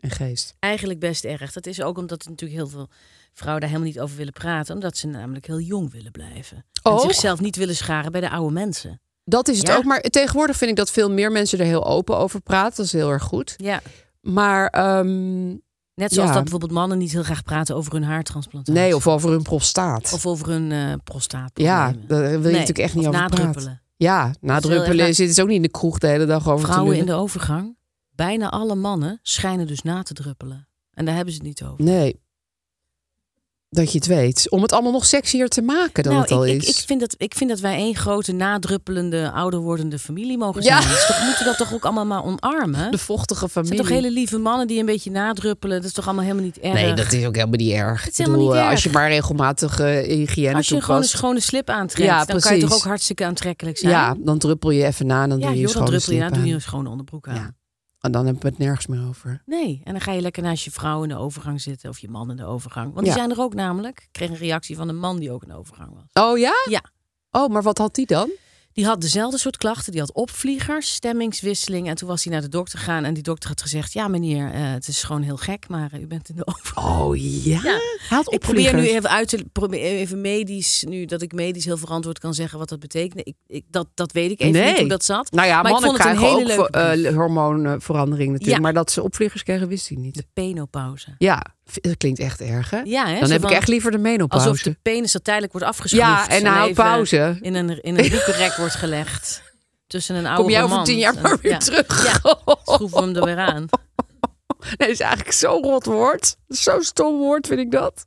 S3: en geest.
S2: eigenlijk best erg. Dat is ook omdat er natuurlijk heel veel vrouwen daar helemaal niet over willen praten. Omdat ze namelijk heel jong willen blijven. En
S3: Ook?
S2: zichzelf niet willen scharen bij de oude mensen.
S3: Oh, Dat is het
S2: Ja.
S3: ook. Maar tegenwoordig vind ik dat veel meer mensen er heel open over praten. Dat is heel erg goed.
S2: Ja.
S3: Maar ehm,
S2: Net zoals
S3: Ja.
S2: dat bijvoorbeeld mannen niet heel graag praten over hun haartransplantatie.
S3: nee, of over hun prostaat.
S2: Of over hun eh prostaat.
S3: ja, daar wil je natuurlijk echt niet over praten.
S2: nadruppelen.
S3: Ja,
S2: heel
S3: nadruppelen
S2: erg-
S3: zit ze ook niet in de kroeg de hele dag over te
S2: Vrouwen in
S3: lullen.
S2: de overgang, bijna alle mannen schijnen dus na te druppelen. En daar hebben ze het niet over.
S3: Nee. Dat je het weet. Om het allemaal nog sexier te maken dan
S2: nou,
S3: het al
S2: ik,
S3: is.
S2: Ik, ik, vind dat, ik vind dat wij één grote nadruppelende, ouder wordende familie mogen
S3: Ja.
S2: zijn. Dus toch moeten we dat toch ook allemaal maar omarmen?
S3: De vochtige
S2: Het
S3: familie.
S2: zijn toch hele lieve mannen die een beetje nadruppelen. Dat is toch allemaal helemaal niet erg?
S3: Nee, dat is ook helemaal niet erg.
S2: is
S3: Ik
S2: helemaal
S3: bedoel,
S2: niet
S3: eh, Als je
S2: erg.
S3: maar regelmatig eh, hygiëne
S2: Als je gewoon een
S3: toepast.
S2: schone slip aantrekt,
S3: Ja,
S2: dan kan je toch
S3: precies.
S2: ook hartstikke aantrekkelijk zijn?
S3: Ja, dan druppel je even na en dan
S2: Ja,
S3: doe je
S2: joh,
S3: je
S2: dan
S3: schone
S2: druppel je
S3: slip
S2: na, doe je
S3: aan.
S2: een schone onderbroek aan.
S3: Ja. En dan hebben we het nergens meer over.
S2: Nee, en dan ga je lekker naast je vrouw in de overgang zitten of je man in de overgang. Want die
S3: Ja.
S2: zijn er ook namelijk. Ik kreeg een reactie van een man die ook in de overgang was.
S3: Oh ja?
S2: Ja,
S3: Oh, maar wat had die dan?
S2: die had dezelfde soort klachten. Die had opvliegers, stemmingswisseling. En toen was hij naar de dokter gegaan en die dokter had gezegd... ja meneer, eh, het is gewoon heel gek, maar eh, u bent in de overgang.
S3: Oh ja?
S2: Ja.
S3: Hij had
S2: Ik probeer nu
S3: opvliegers.
S2: even uit te probeer even medisch, nu dat ik medisch heel verantwoord kan zeggen wat dat betekent. Ik, ik, dat, dat weet ik even
S3: Nee.
S2: niet hoe dat zat.
S3: Nou ja,
S2: maar ik
S3: mannen
S2: vond het een
S3: krijgen
S2: hele
S3: ook
S2: leuke
S3: voor- eh,
S2: brief.
S3: hormoonverandering natuurlijk.
S2: Ja.
S3: Maar dat ze opvliegers kregen, wist hij niet.
S2: Penopauze.
S3: Ja, v- dat klinkt echt erg, hè?
S2: Ja, hè?
S3: dan
S2: Zo
S3: heb ik
S2: van-
S3: echt liever de menopauze.
S2: Alsof de penis dat tijdelijk wordt afgeschroefd.
S3: Ja, en na
S2: nou
S3: een pauze.
S2: In een, in een riekenrek wordt gelegd. Tussen een oude
S3: Kom jij over
S2: roman.
S3: tien jaar
S2: En-
S3: maar weer
S2: ja.
S3: terug.
S2: Ja, schroeven we hem er weer aan.
S3: Nee, dat is eigenlijk zo'n rot woord. Zo'n stom woord vind ik dat.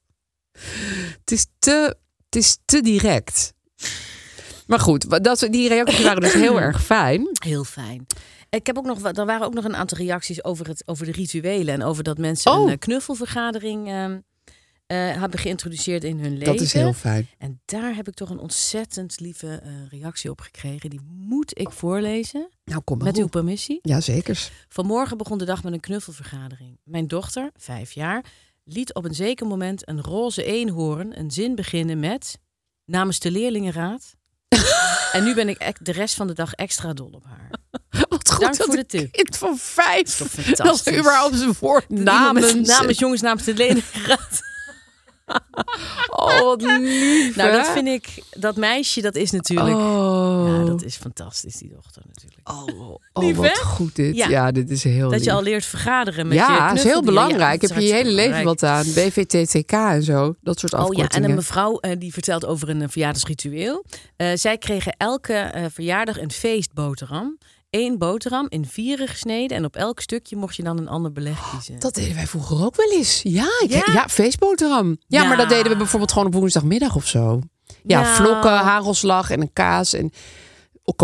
S3: Het is te, het is te direct. Maar goed, wa- dat, die reacties waren dus heel erg fijn.
S2: Heel fijn. Ik heb ook nog, wat- er waren ook nog een aantal reacties over, het, over de rituelen. En over dat mensen
S3: Oh.
S2: een eh, knuffelvergadering ehm, eh, hebben geïntroduceerd in hun leven.
S3: Dat is heel fijn.
S2: En daar heb ik toch een ontzettend lieve eh, reactie op gekregen. Die moet ik voorlezen.
S3: Nou, kom maar
S2: Met
S3: op.
S2: uw permissie.
S3: Ja, zeker.
S2: Vanmorgen begon de dag met een knuffelvergadering. Mijn dochter, vijf jaar, liet op een zeker moment een roze eenhoorn een zin beginnen met... namens de leerlingenraad. en nu ben ik echt de rest van de dag extra dol op haar.
S3: Wat goed
S2: Dank
S3: dat
S2: voor de
S3: een
S2: tip.
S3: kind van vijf.
S2: toch
S3: Dat
S2: fantastisch?
S3: überhaupt zijn woord namens.
S2: Iemand- namens jongens, namens de leerlingenraad.
S3: Oh, wat lief.
S2: nou,
S3: hè?
S2: dat vind ik... Dat meisje, dat is natuurlijk...
S3: Oh,
S2: Ja, dat is fantastisch, die dochter natuurlijk.
S3: oh, oh,
S2: Lief,
S3: wat
S2: hè?
S3: goed dit. Ja,
S2: Ja.
S3: dit is heel
S2: Dat
S3: lief.
S2: je al leert vergaderen met je
S3: ja, dat is heel
S2: knuffeldier. Ja,
S3: belangrijk.
S2: dat
S3: Heb je je hele
S2: hartstikke
S3: leven
S2: belangrijk.
S3: wat aan. BVTTK en zo. Dat soort
S2: Oh ja,
S3: afkortingen.
S2: en een mevrouw eh, die vertelt over een eh, verjaardagsritueel. Eh, zij kregen elke eh, verjaardag een feestboterham. Eén boterham in vieren gesneden. En op elk stukje mocht je dan een ander beleg kiezen.
S3: Dat deden wij vroeger ook wel eens. Ja, ik, ja?
S2: Ja?
S3: feestboterham. Ja,
S2: Ja.
S3: maar dat deden we bijvoorbeeld gewoon op woensdagmiddag of zo. Ja,
S2: Nou.
S3: vlokken, hagelslag en een kaas en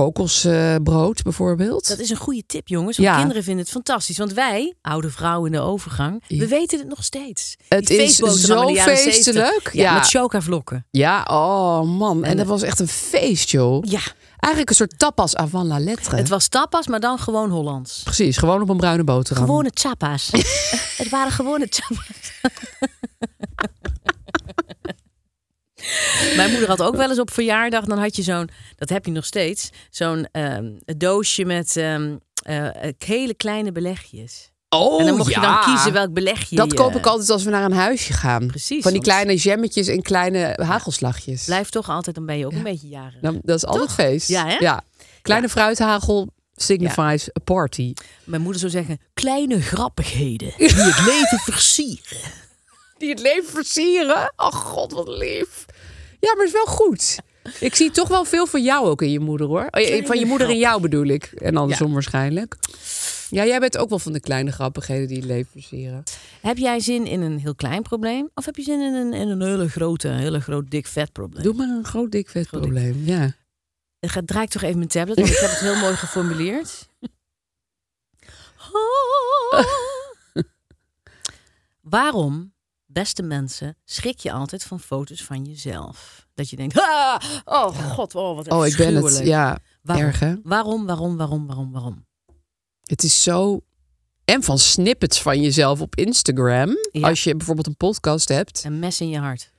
S3: kokosbrood bijvoorbeeld.
S2: Dat is een goede tip, jongens. Want
S3: Ja.
S2: kinderen vinden het fantastisch. Want wij, oude vrouwen in de overgang, we weten het nog steeds. Die
S3: Het is
S2: feestboterham in de
S3: zo
S2: jaren 70.
S3: feestelijk.
S2: Ja,
S3: Ja.
S2: met chocavlokken.
S3: Ja, oh man. En, dat was echt een feest, joh.
S2: Ja,
S3: Eigenlijk een soort tapas avant la lettre.
S2: het was tapas, maar dan gewoon Hollands.
S3: Precies, gewoon op een bruine boterham.
S2: Gewone tapas. het waren gewone tapas. Mijn moeder had ook wel eens op verjaardag, dan had je zo'n, dat heb je nog steeds, zo'n ehm, doosje met ehm, eh, eh, hele kleine belegjes.
S3: Oh,
S2: en dan mocht
S3: ja.
S2: je dan kiezen welk belegje
S3: Dat
S2: je-
S3: koop ik altijd als we naar een huisje gaan.
S2: eh, Precies,
S3: Van die
S2: want-
S3: kleine jammetjes en kleine hagelslagjes.
S2: Blijf toch altijd, dan ben je ook een beetje jarig.
S3: Dan, dat is altijd feest.
S2: Ja, hè?
S3: Kleine fruithagel signifies a party.
S2: Mijn moeder zou zeggen, kleine grappigheden die het leven versieren.
S3: Die het leven versieren. Oh god, wat lief. Ja, maar het is wel goed. Ik zie toch wel veel van jou ook in je moeder, hoor. Oh, je- Van je moeder en jou bedoel ik. En andersom waarschijnlijk. Ja, jij bent ook wel van de kleine grappigheden die het leven versieren.
S2: Heb jij zin in een heel klein probleem? Of heb je zin in een, in een hele grote, een hele groot, dik, vet probleem?
S3: Doe maar een groot dik vet
S2: Groot dik.
S3: probleem. Ja.
S2: Ik ga, draai ik toch even mijn tablet, want ik heb het heel mooi geformuleerd. Waarom, beste mensen, schrik je altijd van foto's van jezelf? Dat je denkt, ah, oh god, oh, wat
S3: Oh, ik ben het.
S2: afschuwelijk."
S3: Ja,
S2: waarom?
S3: erg hè?
S2: Waarom, waarom, waarom, waarom, waarom?
S3: Het is zo. En van snippets van jezelf op Instagram.
S2: Ja.
S3: Als je bijvoorbeeld een podcast hebt.
S2: Een mes in je hart.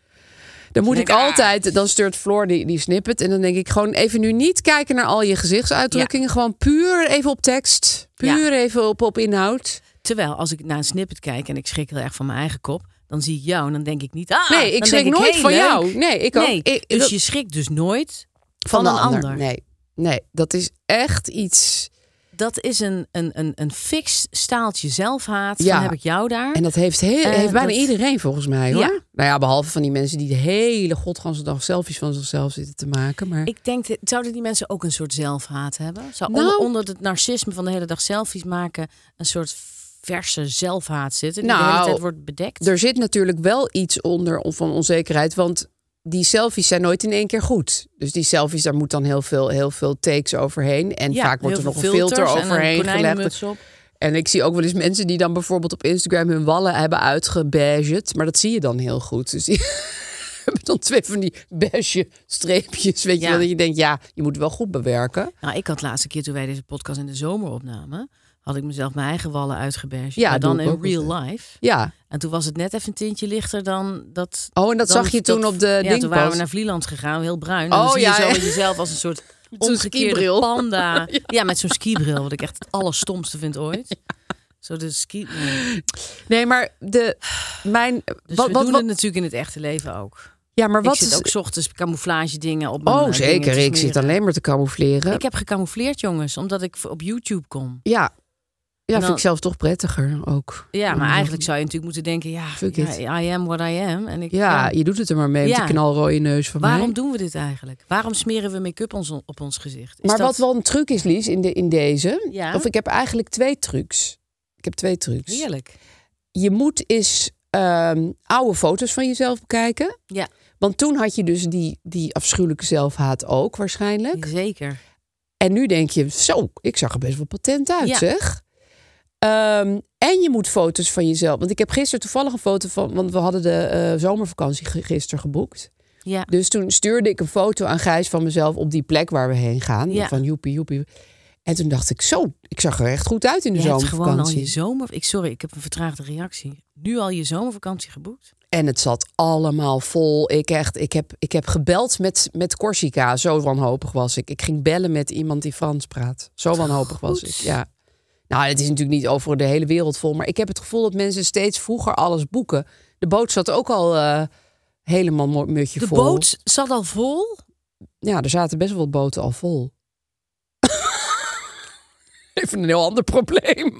S3: Dan moet ik
S2: denkt, ah.
S3: altijd. Dan stuurt Floor die, die snippet. En dan denk ik gewoon even nu niet kijken naar al je gezichtsuitdrukkingen. Gewoon puur even op tekst. Puur even op, op inhoud.
S2: Terwijl, als ik naar een snippet kijk en ik schrik heel erg van mijn eigen kop, dan zie ik jou en dan denk ik niet, ah,
S3: Nee, ik
S2: dan
S3: schrik
S2: denk
S3: nooit
S2: hey,
S3: van
S2: leuk.
S3: jou. Nee, ik ook.
S2: Nee,
S3: Ik-
S2: dus
S3: dat-
S2: je schrikt dus nooit
S3: van,
S2: van,
S3: de
S2: een ander.
S3: Nee. nee, dat is echt iets.
S2: Dat is een, een, een, een fix staaltje zelfhaat.
S3: Ja.
S2: Van heb ik jou daar.
S3: En dat heeft, heel,
S2: Eh,
S3: heeft bijna
S2: dat-
S3: iedereen volgens mij hoor.
S2: Ja.
S3: Nou ja, behalve van die mensen die de hele godganse dag selfies van zichzelf zitten te maken. Maar
S2: Ik denk, dat- zouden die mensen ook een soort zelfhaat hebben? Zou
S3: Nou-
S2: onder, onder het narcisme van de hele dag selfies maken een soort verse zelfhaat zitten? Die de hele
S3: Nou,
S2: tijd wordt bedekt.
S3: er zit natuurlijk wel iets onder van onzekerheid. Want die selfies zijn nooit in één keer goed. Dus die selfies, daar moet dan heel veel, heel veel takes overheen. En
S2: Ja,
S3: vaak wordt
S2: heel
S3: er nog een
S2: veel
S3: filter
S2: filters en een
S3: overheen gelegd.
S2: konijnenmuts op.
S3: En ik zie ook wel eens mensen die dan bijvoorbeeld op Instagram hun wallen hebben uitgebadget. Maar dat zie je dan heel goed. Dus die hebben dan twee van die beige streepjes. Weet
S2: Ja.
S3: je wel, dat je denkt, ja, je moet wel goed bewerken.
S2: Nou, ik had laatste keer toen wij deze podcast in de zomer opnamen, had ik mezelf mijn eigen wallen uitgebergd.
S3: Ja,
S2: maar
S3: doe
S2: dan
S3: ik
S2: in
S3: ook
S2: real
S3: altijd.
S2: life.
S3: Ja,
S2: En toen was het net even een tintje lichter dan dat.
S3: Oh, en dat
S2: dan
S3: zag je toen op de
S2: Ja,
S3: ding
S2: toen waren we
S3: pas.
S2: naar Vlieland gegaan, heel bruin. En dan
S3: Oh,
S2: zie
S3: ja,
S2: je zo
S3: ja.
S2: jezelf als een soort
S3: zo'n
S2: omgekeerde
S3: skibril.
S2: panda. ja. met zo'n skibril, wat ik echt het allerstomste vind ooit. Zo de ski. nee.
S3: nee, maar de, mijn...
S2: Dus
S3: wat,
S2: we
S3: wat,
S2: doen
S3: wat-
S2: het natuurlijk in het echte leven ook.
S3: ja, maar
S2: Wat
S3: wat
S2: ik zit
S3: is...
S2: ook 's ochtends camouflage dingen op mijn eh,
S3: Oh,
S2: dingen
S3: zeker.
S2: te
S3: Ik zit
S2: smeren.
S3: alleen maar te camoufleren.
S2: Ik heb gecamoufleerd, jongens, omdat ik op YouTube kom.
S3: Ja. Ja,
S2: En dan-
S3: vind ik zelf toch prettiger ook.
S2: Ja, maar
S3: Ja.
S2: eigenlijk zou je natuurlijk moeten denken, ja,
S3: Mm. Fuck
S2: ja,
S3: it.
S2: I am what I am. En ik,
S3: Ja,
S2: ja.
S3: je doet het er maar mee met
S2: Ja.
S3: die knalrode neus van
S2: Waarom
S3: mij.
S2: doen we dit eigenlijk? Waarom smeren we make-up ons, op ons gezicht? Is
S3: Maar
S2: dat-
S3: wat wel een truc is, Lies, in, de, in deze...
S2: Ja.
S3: Of ik heb eigenlijk twee trucs. Ik heb twee trucs.
S2: Heerlijk.
S3: Je moet eens ehm, oude foto's van jezelf bekijken.
S2: Ja,
S3: Want toen had je dus die, die afschuwelijke zelfhaat ook waarschijnlijk.
S2: zeker.
S3: En nu denk je, zo, ik zag er best wel patent uit,
S2: Ja.
S3: zeg. Ehm, en je moet foto's van jezelf. Want ik heb gisteren toevallig een foto van... Want we hadden de eh, zomervakantie ge- gisteren geboekt.
S2: Ja.
S3: Dus toen stuurde ik een foto aan Gijs van mezelf op die plek waar we heen gaan.
S2: Ja.
S3: Van joepie, joepie. En toen dacht ik, zo, ik zag er echt goed uit in de
S2: Je hebt gewoon al
S3: zomervakantie.
S2: je zomer... Ik, sorry, ik heb een vertraagde reactie. Nu al je zomervakantie geboekt?
S3: En het zat allemaal vol. Ik, echt, ik, heb, ik heb gebeld met, met Corsica. Zo wanhopig was ik. Ik ging bellen met iemand die Frans praat. Zo wanhopig was
S2: Goed.
S3: ik. Ja. Nou, het is natuurlijk niet over de hele wereld vol. Maar ik heb het gevoel dat mensen steeds vroeger alles boeken. De boot zat ook al eh, helemaal mo- mutje
S2: De
S3: vol.
S2: boot zat al vol?
S3: Ja, er zaten best wel wat boten al vol. Even een heel ander probleem.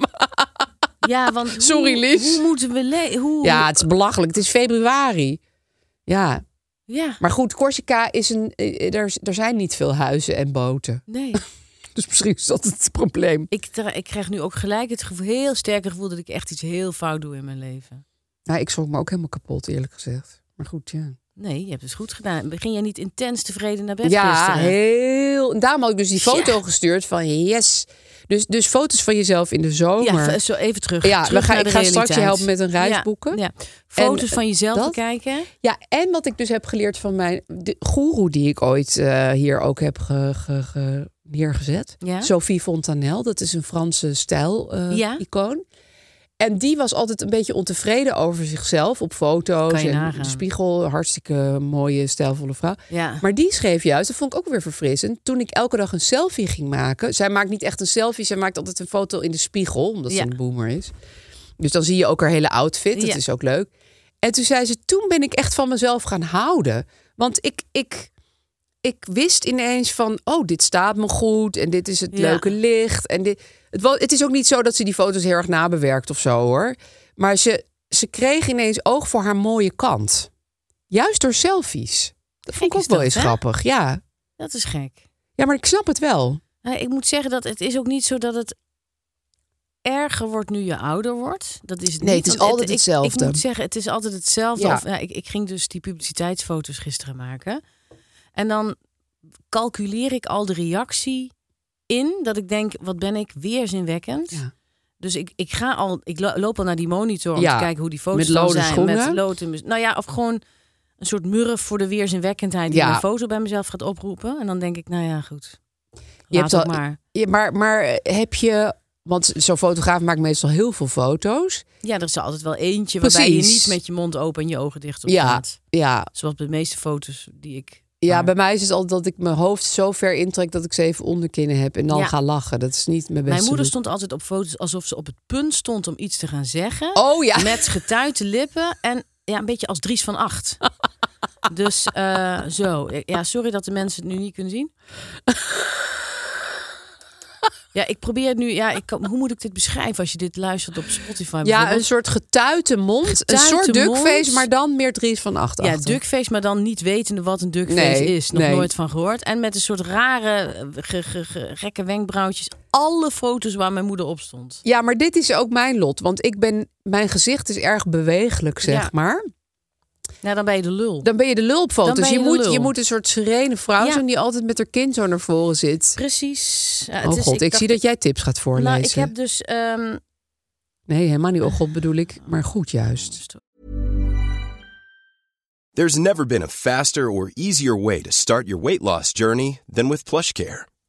S2: Ja, want hoe-
S3: Sorry, Lies.
S2: Hoe moeten we... Le hoe...
S3: Ja, het is belachelijk. Het is februari. Ja,
S2: Ja,
S3: Maar goed, Corsica is een. eh, Er, er zijn niet veel huizen en boten.
S2: nee.
S3: Dus misschien is dat het probleem.
S2: Ik, tra- ik krijg nu ook gelijk het gevoel, heel sterke gevoel... dat ik echt iets heel fout doe in mijn leven.
S3: Nou, ik schrok me ook helemaal kapot, eerlijk gezegd. Maar goed, ja.
S2: Nee, je hebt het goed gedaan. Begin jij niet intens tevreden naar bed
S3: Ja,
S2: gisteren?
S3: heel. en Daarom had ik dus die foto gestuurd van yes. Dus, dus foto's van jezelf in de
S2: Ja,
S3: zomer.
S2: v- zo even terug.
S3: Ja,
S2: terug
S3: we gaan-
S2: naar de
S3: ik ga straks je
S2: realiteit.
S3: helpen met een reis boeken.
S2: Ja, ja. Foto's
S3: eh,
S2: van jezelf
S3: dat-
S2: bekijken.
S3: Ja, en wat ik dus heb geleerd van mijn de goeroe die ik ooit eh, hier ook heb ge- ge- ge- neergezet.
S2: Ja.
S3: Sophie Fontanel, dat is een Franse stijl eh,
S2: Ja.
S3: icoon. En die was altijd een beetje ontevreden over zichzelf op foto's.
S2: Kan je
S3: en
S2: nagaan.
S3: de spiegel, hartstikke mooie, stijlvolle vrouw.
S2: Ja.
S3: Maar die schreef juist, dat vond ik ook weer verfrissend. Toen ik elke dag een selfie ging maken. Zij maakt niet echt een selfie, zij maakt altijd een foto in de spiegel, omdat
S2: Ja.
S3: ze een boomer is. Dus dan zie je ook haar hele outfit. Dat
S2: Ja.
S3: is ook leuk. En toen zei ze, toen ben ik echt van mezelf gaan houden. Want ik, ik, ik wist ineens van, oh, dit staat me goed. En dit is het
S2: Ja.
S3: leuke licht. En dit, het, wa- het is ook niet zo dat ze die foto's heel erg nabewerkt of zo hoor. Maar ze, ze kreeg ineens oog voor haar mooie kant. Juist door selfies. Dat vond ik
S2: Gek
S3: ook
S2: is
S3: wel
S2: dat,
S3: eens
S2: hè?
S3: grappig. Ja.
S2: Dat is gek.
S3: ja, maar ik snap het wel.
S2: Nou, ik moet zeggen dat het is ook niet zo dat het erger wordt nu je ouder wordt. Dat is het
S3: Nee,
S2: niet,
S3: het is
S2: want
S3: altijd
S2: ik- Ik,
S3: hetzelfde.
S2: moet zeggen, het is altijd hetzelfde.
S3: Ja.
S2: Of, nou, ik, ik ging dus die publiciteitsfoto's gisteren maken. En dan calculeer ik al de reactie in. Dat ik denk, wat ben ik weerzinwekkend.
S3: Ja.
S2: Dus ik, ik ga al, ik lo- loop al naar die monitor om
S3: Ja,
S2: te kijken hoe die foto's
S3: met
S2: dan
S3: lode
S2: zijn. Met
S3: schoenen.
S2: loten. Nou ja, of gewoon een soort murf voor de weerzinwekkendheid die
S3: Ja.
S2: een foto bij mezelf gaat oproepen. En dan denk ik, nou ja, goed.
S3: Je
S2: Laat
S3: hebt
S2: ook
S3: al-
S2: maar.
S3: Ja, maar, maar heb je... Want zo'n fotograaf maakt meestal heel veel foto's.
S2: Ja, er is er altijd wel eentje waarbij je
S3: Precies.
S2: niet met je mond open en je ogen dicht op
S3: Ja.
S2: gaat.
S3: Ja,
S2: Zoals bij de meeste foto's die ik...
S3: ja
S2: Maar-
S3: bij mij is het altijd dat ik mijn hoofd zo ver intrek... dat ik ze even onderkinnen heb en dan
S2: Ja.
S3: ga lachen. Dat is niet mijn beste
S2: Mijn moeder
S3: doel.
S2: stond altijd op foto's alsof ze op het punt stond om iets te gaan zeggen.
S3: Oh ja.
S2: Met getuite lippen en ja, een beetje als Dries van Acht. dus eh, zo. Ja, sorry dat de mensen het nu niet kunnen zien. Ja, ik probeer het nu. Ja, ik kan- hoe moet ik dit beschrijven als je dit luistert op Spotify?
S3: Ja,
S2: bijvoorbeeld?
S3: een soort getuite mond.
S2: Getuite
S3: een soort duckface,
S2: mond.
S3: maar dan meer Dries van acht
S2: Ja,
S3: achter.
S2: duckface, maar dan niet wetende wat een duckface
S3: Nee,
S2: is. Nog
S3: nee.
S2: nooit van gehoord. En met een soort rare, eh, ge, ge, ge- gekke wenkbrauwtjes. Alle foto's waar mijn moeder op stond.
S3: Ja, maar dit is ook mijn lot. Want ik ben, mijn gezicht is erg bewegelijk, zeg
S2: Ja.
S3: maar.
S2: Nou, dan ben je de lul.
S3: Dan ben je de lul op foto's.
S2: Dan ben je
S3: je,
S2: de
S3: moet,
S2: lul.
S3: je moet een soort serene vrouw
S2: Ja.
S3: zijn die altijd met haar kind zo naar voren zit.
S2: Precies. Ja, het
S3: oh
S2: is-
S3: god, ik,
S2: dacht-
S3: zie dat jij tips gaat voorlezen.
S2: Nou, ik heb dus... ehm,
S3: Nee, helemaal niet. Oh god, bedoel ik. Maar goed juist.
S4: There's never been a faster or easier way to start your weight loss journey than with PlushCare.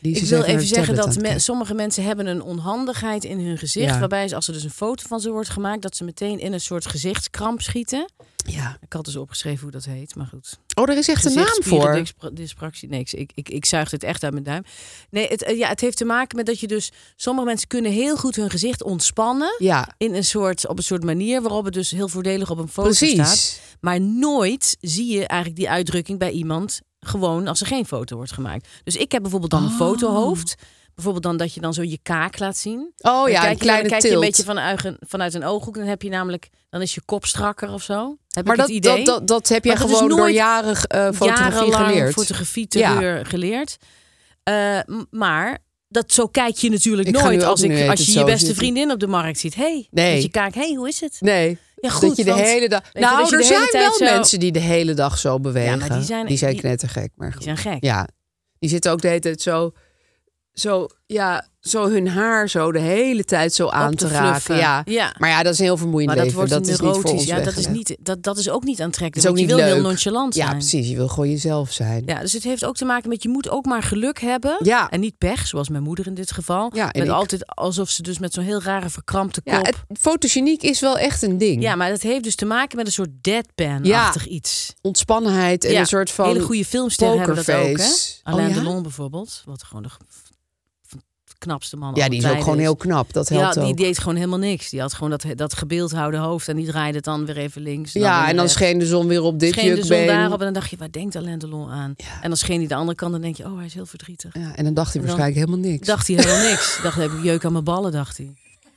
S3: Die
S2: ik
S3: is dus
S2: wil
S3: even naar
S2: even
S3: de
S2: zeggen
S3: tablet
S2: dat
S3: aan het
S2: me-
S3: kijken.
S2: sommige mensen hebben een onhandigheid in hun gezicht.
S3: Ja.
S2: Waarbij ze, als er dus een foto van ze wordt gemaakt... dat ze meteen in een soort gezichtskramp schieten.
S3: Ja.
S2: Ik had dus opgeschreven hoe dat heet, maar goed.
S3: Oh, er is echt een naam voor.
S2: Dyspraxie. Nee, ik, ik, ik, ik zuig het echt uit mijn duim. Nee, het, eh, ja, het heeft te maken met dat je dus... Sommige mensen kunnen heel goed hun gezicht ontspannen...
S3: Ja,
S2: In een soort, op een soort manier waarop het dus heel voordelig op een foto staat.
S3: precies.
S2: Maar nooit zie je eigenlijk die uitdrukking bij iemand gewoon als er geen foto wordt gemaakt. Dus ik heb bijvoorbeeld dan een
S3: Oh.
S2: fotohoofd. Bijvoorbeeld dan dat je dan zo je kaak laat zien.
S3: Oh ja, een
S2: dan kijk je, dan
S3: kleine
S2: kijk je
S3: tilt.
S2: een beetje vanuit een, vanuit een ooghoek. Dan heb je namelijk, dan is je kop strakker of zo. Heb
S3: maar
S2: ik
S3: dat,
S2: het idee.
S3: dat, dat, dat heb jij
S2: Maar dat is
S3: gewoon door
S2: nooit
S3: jaren eh, fotografie
S2: jarenlang
S3: geleerd.
S2: fotografie
S3: Ja.
S2: terreur geleerd. Eh, m- maar dat, zo kijk je natuurlijk
S3: Ik ga
S2: nooit
S3: nu ook
S2: als,
S3: nu
S2: ik,
S3: heet
S2: als
S3: het
S2: je je
S3: zo
S2: beste
S3: zitten.
S2: vriendin op de markt ziet. hey,
S3: Nee.
S2: met je kaak, hey, hoe is het?
S3: Nee.
S2: Ja, goed,
S3: dat je de
S2: want-
S3: hele dag.
S2: weet je, dat
S3: Nou,
S2: je
S3: er
S2: de hele
S3: zijn
S2: tijd
S3: wel
S2: zo-
S3: mensen die de hele dag zo bewegen.
S2: maar die zijn- die-
S3: knettergek. Maar goed.
S2: zijn gek.
S3: Ja. Die zitten ook de hele tijd zo. Zo, ja, zo hun haar zo de hele tijd zo aan
S2: te
S3: te, raken.
S2: fluffen.
S3: Ja.
S2: Ja.
S3: Maar ja, dat is een heel vermoeiend
S2: Maar dat
S3: leven.
S2: wordt een
S3: dat is niet voor
S2: neurotisch.
S3: ons
S2: Ja, dat is,
S3: weggelegd.
S2: niet, dat, dat is ook niet
S3: Het
S2: aantrekkelijk.
S3: is ook
S2: want
S3: niet
S2: je wil
S3: leuk.
S2: heel nonchalant zijn.
S3: Ja, precies. Je wil gewoon jezelf zijn.
S2: Ja, dus het heeft ook te maken met je moet ook maar geluk hebben.
S3: Ja.
S2: En niet pech, zoals mijn moeder in dit geval.
S3: Ja, en
S2: met
S3: ik.
S2: altijd alsof ze dus met zo'n heel rare verkrampte kop.
S3: Ja, het, fotogeniek is wel echt een ding.
S2: Ja, maar dat heeft dus te maken met een soort deadpan-achtig iets.
S3: Ontspannenheid en
S2: Ja,
S3: een soort van
S2: hele goede filmsterren hebben dat ook, hè?
S3: pokerface. Oh,
S2: Alain
S3: ja?
S2: Delon bijvoorbeeld, wat gewoon de f- f- knapste man
S3: Ja,
S2: aller
S3: die is ook
S2: tijden
S3: gewoon heel knap. Dat
S2: Ja,
S3: helpt
S2: die
S3: ook.
S2: deed gewoon helemaal niks. Die had gewoon dat, dat gebeeldhouwde hoofd en die draaide het dan weer even links.
S3: Ja,
S2: weer
S3: en dan
S2: rechts.
S3: scheen de zon weer op dit
S2: scheen de
S3: jukbeen.
S2: zon daarop en dan dacht je, waar denkt Alain Delon aan? En dan scheen hij de andere kant en dan denk je, oh, hij is heel verdrietig.
S3: Ja, en dan dacht hij
S2: En dan-
S3: waarschijnlijk helemaal niks.
S2: Dacht hij helemaal niks. Dacht, heb ik jeuk aan mijn ballen, dacht hij.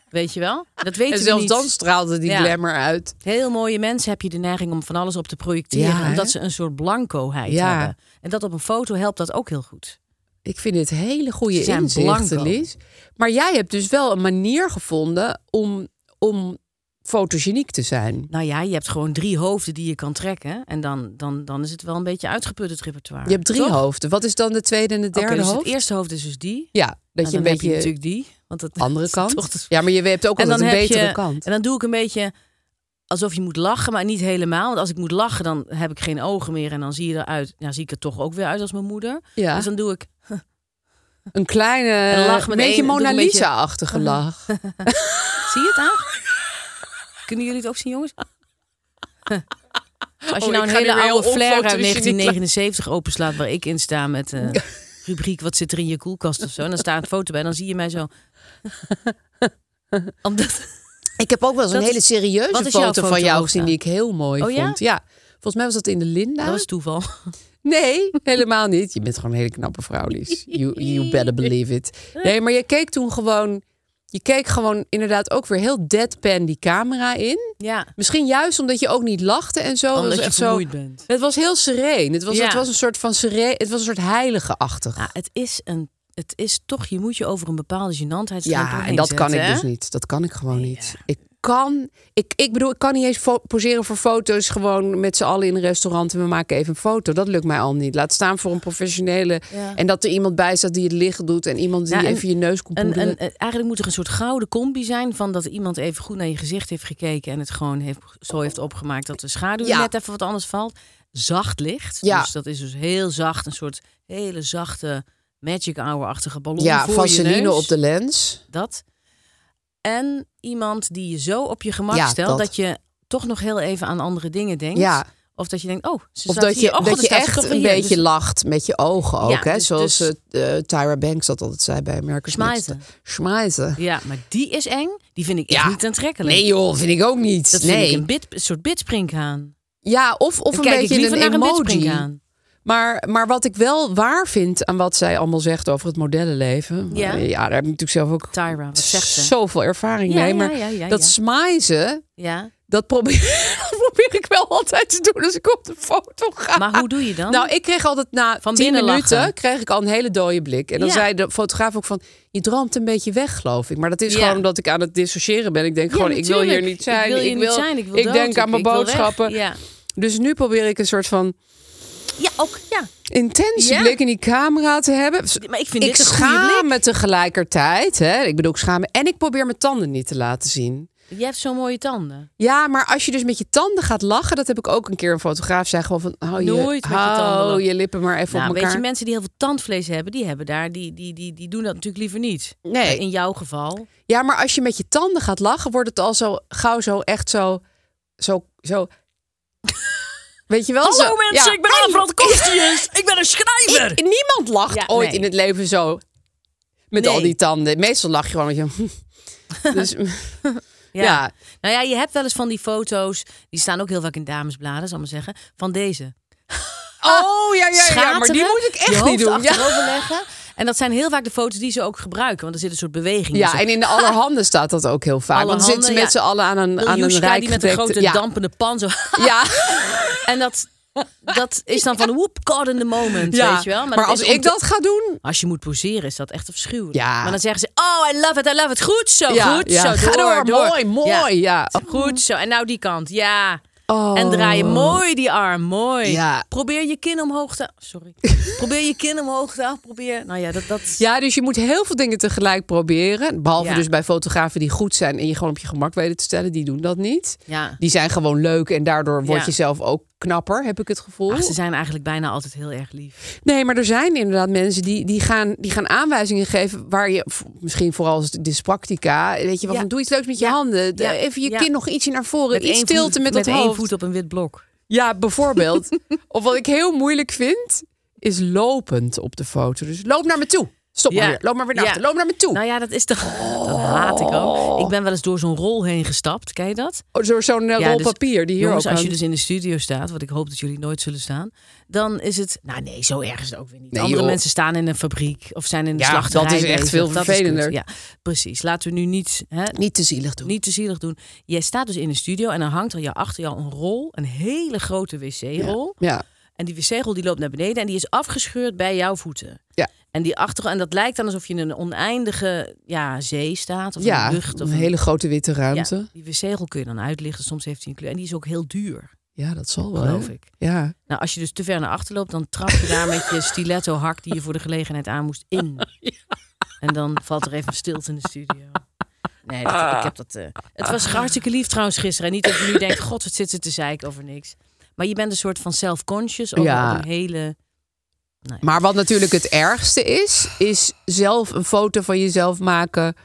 S2: Weet je wel? Dat weten
S3: en
S2: we
S3: zelfs
S2: niet.
S3: dan straalde die
S2: Ja.
S3: glamour uit.
S2: Heel mooie mensen heb je de neiging om van alles op te projecteren.
S3: Ja, hè?
S2: omdat ze een soort blancoheid
S3: Ja.
S2: hebben. En dat op een foto helpt dat ook heel goed.
S3: Ik vind dit hele goede
S2: Ze zijn
S3: inzichten,
S2: blanco.
S3: Lies. Maar jij hebt dus wel een manier gevonden om, om fotogeniek te zijn.
S2: Nou ja, je hebt gewoon drie hoofden die je kan trekken. En dan, dan, dan is het wel een beetje uitgeput, het repertoire.
S3: Je hebt drie
S2: Toch?
S3: hoofden. Wat is dan de tweede en de
S2: Oké,
S3: derde
S2: dus
S3: hoofd?
S2: het eerste hoofd is dus die.
S3: Ja, dat
S2: En
S3: je een
S2: dan heb
S3: beetje
S2: natuurlijk die. Want dat
S3: andere
S2: is toch de-
S3: kant. Ja, maar je hebt ook altijd een
S2: heb
S3: betere
S2: je-
S3: kant.
S2: En dan doe ik een beetje alsof je moet lachen, maar niet helemaal. Want als ik moet lachen, dan heb ik geen ogen meer. En dan zie, je eruit, ja, zie ik er toch ook weer uit als mijn moeder.
S3: Ja.
S2: Dus dan doe ik...
S3: Een kleine,
S2: Een lach met
S3: beetje
S2: één- doe
S3: Mona
S2: een beetje-
S3: Lisa-achtige lach.
S2: Zie je het aan? Kunnen jullie het ook zien, jongens? Als je
S3: Oh,
S2: nou
S3: ik
S2: een
S3: ga nu
S2: hele
S3: weer heel
S2: oude flair uit
S3: opfoto's, dus je niet
S2: 1979 openslaat... waar ik in sta met eh, rubriek wat zit er in je koelkast of zo... en dan staat een foto bij, dan zie je mij zo... Omdat...
S3: Ik heb ook wel eens
S2: Dat
S3: een
S2: is-
S3: hele serieuze
S2: wat
S3: foto,
S2: is jouw
S3: van
S2: foto
S3: jou
S2: ook
S3: gezien
S2: dan?
S3: die ik heel mooi
S2: Oh ja?
S3: vond. Ja, volgens mij was dat in de Linda.
S2: Dat was toeval.
S3: Nee, helemaal niet. Je bent gewoon een hele knappe vrouw, Lies. You, you better believe it. Nee, maar je keek toen gewoon... Je keek gewoon inderdaad ook weer heel deadpan die camera in.
S2: Ja,
S3: Misschien juist omdat je ook niet lachte en zo. Het
S2: omdat
S3: was
S2: je
S3: echt zo,
S2: vermoeid bent.
S3: het was heel sereen. Het was,
S2: Ja.
S3: het was een soort van sereen. Het was een soort heilige-achtig.
S2: Nou, het is een. Het is toch, je moet je over een bepaalde gênantheid
S3: Ja, en dat kan ik dus niet. Dat kan ik gewoon niet. Ik kan, ik, ik bedoel, ik kan niet eens fo- poseren voor foto's. Gewoon met z'n allen in een restaurant en we maken even een foto. Dat lukt mij al niet. Laat staan voor een professionele.
S2: Ja.
S3: En dat er iemand bij staat die het licht doet. En iemand die
S2: Ja, en-
S3: even je neus komt
S2: En,
S3: poederen.
S2: en, eigenlijk moet er een soort gouden combi zijn van dat iemand even goed naar je gezicht heeft gekeken en het gewoon heeft, zo heeft opgemaakt dat de schaduw
S3: Ja.
S2: net even wat anders valt. Zacht licht.
S3: Ja.
S2: Dus dat is dus heel zacht, een soort hele zachte magic hour-achtige ballon.
S3: ja,
S2: voor je
S3: vaseline
S2: neus.
S3: op de lens.
S2: Dat. En iemand die je zo op je gemak
S3: Ja,
S2: stelt
S3: dat.
S2: dat. je toch nog heel even aan andere dingen denkt.
S3: Ja.
S2: Of dat je denkt, oh, ze
S3: Of
S2: staat
S3: dat
S2: hier.
S3: je,
S2: Oh, god,
S3: dat
S2: dan
S3: je
S2: staat ze
S3: echt
S2: toch
S3: een
S2: weer hier.
S3: beetje
S2: Dus-
S3: lacht met je ogen ook.
S2: Ja,
S3: hè?
S2: dus-
S3: Zoals
S2: dus-
S3: eh, Tyra Banks dat altijd zei bij America's
S2: Smijten.
S3: Next. Smijten.
S2: Ja, maar die is eng. Die vind ik echt
S3: Ja.
S2: niet aantrekkelijk.
S3: Nee joh, vind ik ook niet.
S2: dat
S3: nee.
S2: vind ik een, bit, een soort bitsprinkhaan.
S3: Ja, of, of
S2: Dan
S3: een
S2: kijk
S3: beetje
S2: ik liever
S3: een
S2: naar een
S3: emoji.
S2: bitsprinkhaan.
S3: Maar, maar wat ik wel waar vind aan wat zij allemaal zegt over het modellenleven.
S2: Ja.
S3: eh, ja daar heb ik natuurlijk zelf ook
S2: Tyra, wat zegt ze?
S3: zoveel ervaring
S2: Ja,
S3: mee.
S2: ja,
S3: Maar
S2: ja, ja,
S3: dat
S2: ja.
S3: smijzen,
S2: Ja.
S3: dat probeer, dat probeer ik wel altijd te doen als ik op de foto ga.
S2: Maar hoe doe je dan?
S3: Nou, ik kreeg altijd na
S2: Van
S3: tien
S2: binnen
S3: minuten
S2: lachen.
S3: kreeg ik al een hele dode blik. En dan
S2: Ja.
S3: zei de fotograaf ook van, je droomt een beetje weg, geloof ik. Maar dat is
S2: Ja.
S3: gewoon omdat ik aan het dissociëren ben. Ik denk
S2: Ja,
S3: gewoon, ik wil
S2: natuurlijk.
S3: hier niet zijn.
S2: Ik wil hier niet zijn. Ik, wil dood.
S3: denk aan mijn
S2: ik wil weg.
S3: boodschappen.
S2: Ja.
S3: Dus nu probeer ik een soort van
S2: ja, ook. Ja.
S3: intense
S2: Ja.
S3: blik in die camera te hebben.
S2: Maar ik vind
S3: ik
S2: dit een goede
S3: schaam
S2: blik.
S3: me tegelijkertijd. Hè? Ik bedoel, ik schaam me. En ik probeer mijn tanden niet te laten zien.
S2: Jij hebt zo'n mooie tanden.
S3: Ja, maar als je dus met je tanden gaat lachen... dat heb ik ook een keer een fotograaf zei gewoon van... hou je,
S2: Nooit met je
S3: hou
S2: tanden lachen.
S3: je lippen maar even
S2: Nou,
S3: op
S2: weet
S3: elkaar.
S2: je, mensen die heel veel tandvlees hebben, die hebben daar, die, die, die, die doen dat natuurlijk liever niet.
S3: Nee.
S2: In jouw geval.
S3: Ja, maar als je met je tanden gaat lachen... wordt het al zo gauw zo echt zo... zo, zo weet je wel? zo, Oh, ja. Hey,
S2: Kostius. Ik ben een schrijver.
S3: ik- niemand lacht
S2: Ja,
S3: ooit
S2: nee.
S3: in het leven zo... met
S2: Nee.
S3: al die tanden. Meestal lach je gewoon met je... dus,
S2: Ja.
S3: ja,
S2: Nou ja, je hebt wel eens van die foto's, die staan ook heel vaak in damesbladen, zal ik maar zeggen, van deze.
S3: Oh, ja, ja, ja. Maar die
S2: Ah, Schateren,
S3: moet ik
S2: je
S3: echt
S2: hoofd
S3: niet doen. Ja.
S2: achterover leggen. En dat zijn heel vaak de foto's die ze ook gebruiken, want er zit een soort beweging in.
S3: ja, en in de allerhande staat dat ook heel vaak. Want dan zitten ze met z'n allen aan een, aan een rijk
S2: die met een
S3: gedekte-
S2: grote
S3: ja.
S2: dampende pan zo.
S3: Ja,
S2: en dat, dat is dan van woep, caught in the moment,
S3: ja.
S2: weet je wel.
S3: Maar,
S2: dat
S3: als
S2: is om
S3: ik
S2: te-
S3: dat ga doen...
S2: Als je moet poseren is dat echt afschuwelijk.
S3: Ja.
S2: Maar dan zeggen ze, oh, I love it, I love it. Goed zo,
S3: Ja,
S2: Oh, goed
S3: ja.
S2: zo.
S3: Ga door, mooi, mooi, ja.
S2: Goed zo. En nou die kant, ja.
S3: Oh.
S2: En draai je mooi die arm, mooi.
S3: Ja.
S2: Probeer je kin omhoog te... Sorry. Probeer je kin omhoog te af. Probeer... Nou ja, dat... dat...
S3: Ja, dus je moet heel veel dingen tegelijk proberen. Behalve
S2: Ja.
S3: dus bij fotografen die goed zijn... en je gewoon op je gemak weten te stellen. Die doen dat niet.
S2: Ja.
S3: Die zijn gewoon leuk en daardoor word
S2: Ja.
S3: je zelf ook knapper, heb ik het gevoel.
S2: Ach, ze zijn eigenlijk bijna altijd heel erg lief.
S3: Nee, maar er zijn inderdaad mensen die, die, gaan, die gaan aanwijzingen geven waar je, v- misschien vooral als dyspractica, weet je wel,
S2: Ja.
S3: van doe iets leuks met je
S2: Ja.
S3: handen. De-
S2: Ja.
S3: Even je
S2: Ja.
S3: kin nog ietsje naar voren, iets
S2: één
S3: stilte
S2: voet,
S3: met, dat
S2: één
S3: hoofd.
S2: voet op een wit blok.
S3: Ja, bijvoorbeeld. of wat ik heel moeilijk vind, is lopend op de foto. Dus loop naar me toe. Stop
S2: Ja.
S3: maar weer. Loop maar weer naar
S2: Ja.
S3: achter. Loop naar me toe.
S2: Nou ja, dat is toch... Dat haat ik ook. Ik ben wel eens door zo'n rol heen gestapt. Ken je dat?
S3: Oh, Door zo'n eh,
S2: Ja,
S3: rol
S2: dus,
S3: papier die hier
S2: jongens,
S3: ook
S2: als je
S3: hangt.
S2: dus in de studio staat, wat ik hoop dat jullie nooit zullen staan, dan is het. Nou nee, zo erg is het ook weer niet.
S3: Nee,
S2: Andere
S3: joh.
S2: mensen staan in een fabriek of zijn in een
S3: Ja,
S2: slachterij.
S3: dat is echt
S2: bezig.
S3: veel
S2: Dat is
S3: vervelender.
S2: kut. ja, precies. Laten we nu niet, hè,
S3: Niet te zielig doen.
S2: niet te zielig doen. Jij staat dus in de studio en dan hangt er jou achter jou een rol, een hele grote wc-rol.
S3: Ja.
S2: En die wc-rol die loopt naar beneden en die is afgescheurd bij jouw voeten.
S3: Ja.
S2: En, die achtergrond, en dat lijkt dan alsof je in een oneindige ja, zee staat. Of
S3: ja,
S2: een lucht. Of
S3: een hele grote witte ruimte.
S2: Ja,
S3: Ja,
S2: die zegel kun je dan uitlichten. Soms heeft hij een kleur. En die is ook heel duur,
S3: dat zal wel. hè?
S2: geloof ik.
S3: Ja.
S2: Nou, als je dus te ver naar achter loopt, dan trap je daar met je stiletto hak die je voor de gelegenheid aan moest in. En dan valt er even stilte in de studio. Nee, dat, ik heb dat. eh, het
S3: Ah.
S2: was hartstikke lief trouwens gisteren. En niet dat je nu denkt, god, wat zit ze te zeiken over niks. Maar je bent een soort van self-conscious over
S3: Ja.
S2: op een hele. Nee.
S3: Maar wat natuurlijk het ergste is, is zelf een foto van jezelf maken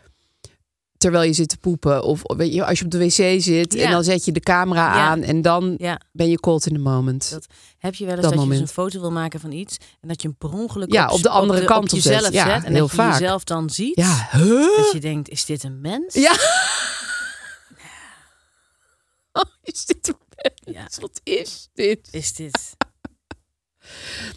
S3: terwijl je zit te poepen. Of weet je, als je op de wc zit
S2: Ja.
S3: en dan zet je de camera
S2: Ja.
S3: aan en dan
S2: ja,
S3: ben je caught in the moment.
S2: Dat- heb je wel eens
S3: Dat
S2: dat, je dus
S3: moment.
S2: een foto wil maken van iets en dat je hem per ongeluk
S3: Ja, op de andere kant
S2: op
S3: op
S2: jezelf
S3: zet.
S2: zet,
S3: Ja,
S2: en
S3: heel
S2: dat je
S3: vaak.
S2: jezelf dan ziet
S3: ja, huh?
S2: dat je denkt is dit een mens?
S3: Ja. Oh, is dit een mens?
S2: Ja.
S3: Wat is dit?
S2: Is dit?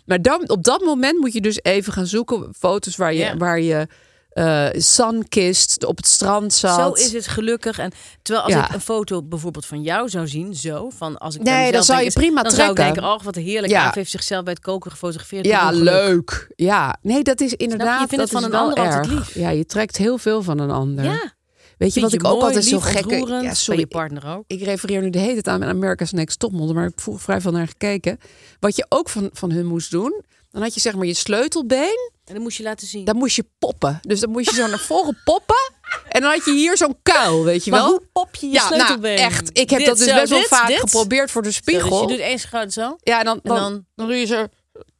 S3: Maar dan, op dat moment moet je dus even gaan zoeken foto's waar je,
S2: Ja.
S3: waar je eh sunkist op het strand zat.
S2: Zo is het gelukkig. En terwijl als
S3: Ja.
S2: ik een foto bijvoorbeeld van jou zou zien, zo van als ik
S3: Nee,
S2: bij mezelf
S3: dan zou
S2: denk,
S3: je prima
S2: dan zou ik
S3: trekken.
S2: denken, oh wat heerlijk.
S3: Ja.
S2: Aaf heeft zichzelf bij het koken gefotografeerd.
S3: Ja,
S2: Per ongeluk.
S3: leuk. Ja, nee, dat is inderdaad.
S2: vindt het
S3: dat
S2: van
S3: is
S2: een
S3: wel
S2: ander
S3: erg.
S2: altijd lief.
S3: Ja, je trekt heel veel van een ander.
S2: Ja.
S3: Weet je wat
S2: Vind je
S3: ik ook
S2: mooi,
S3: altijd zo
S2: lief,
S3: gekke.
S2: ontroerend,
S3: Ja,
S2: bij
S3: sorry,
S2: je partner ook.
S3: Ik refereer nu de hele tijd aan America's Next Topmodel, maar ik vroeg vrij veel naar gekeken. Wat je ook van, van hun moest doen, dan had je zeg maar je sleutelbeen,
S2: En dan moest je laten zien.
S3: dan moest je poppen. Dus dan moest je zo naar voren poppen en dan had je hier zo'n kuil, weet je
S2: maar
S3: wel?
S2: hoe pop je je
S3: ja, nou,
S2: sleutelbeen?
S3: echt. Ik heb
S2: Dit
S3: dat dus
S2: zo,
S3: best wel
S2: dit,
S3: vaak
S2: dit.
S3: geprobeerd voor de
S2: Zo, dus
S3: spiegel.
S2: je doet één schout zo.
S3: Ja, en dan, dan,
S2: dan-
S3: dan, doe je zo.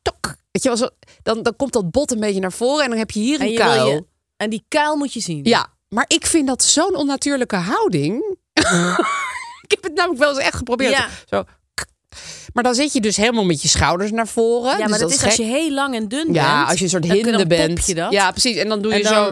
S3: Tok. Weet je wel, zo, dan, dan komt dat bot een beetje naar voren en dan heb je hier
S2: En,
S3: een
S2: je wil
S3: kuil.
S2: je, en die kuil moet je zien.
S3: Ja, maar ik vind dat zo'n onnatuurlijke houding. ik heb het namelijk wel eens echt geprobeerd.
S2: Ja.
S3: Zo. k- Maar dan zit je dus helemaal met je schouders naar voren.
S2: Ja, maar
S3: dus
S2: dat, is als je
S3: gek.
S2: heel lang en dun bent.
S3: Ja, als je een soort
S2: dan kun-
S3: hinde
S2: dan pop
S3: bent.
S2: je dat.
S3: Ja, precies. En dan doe
S2: En
S3: je
S2: dan-
S3: zo.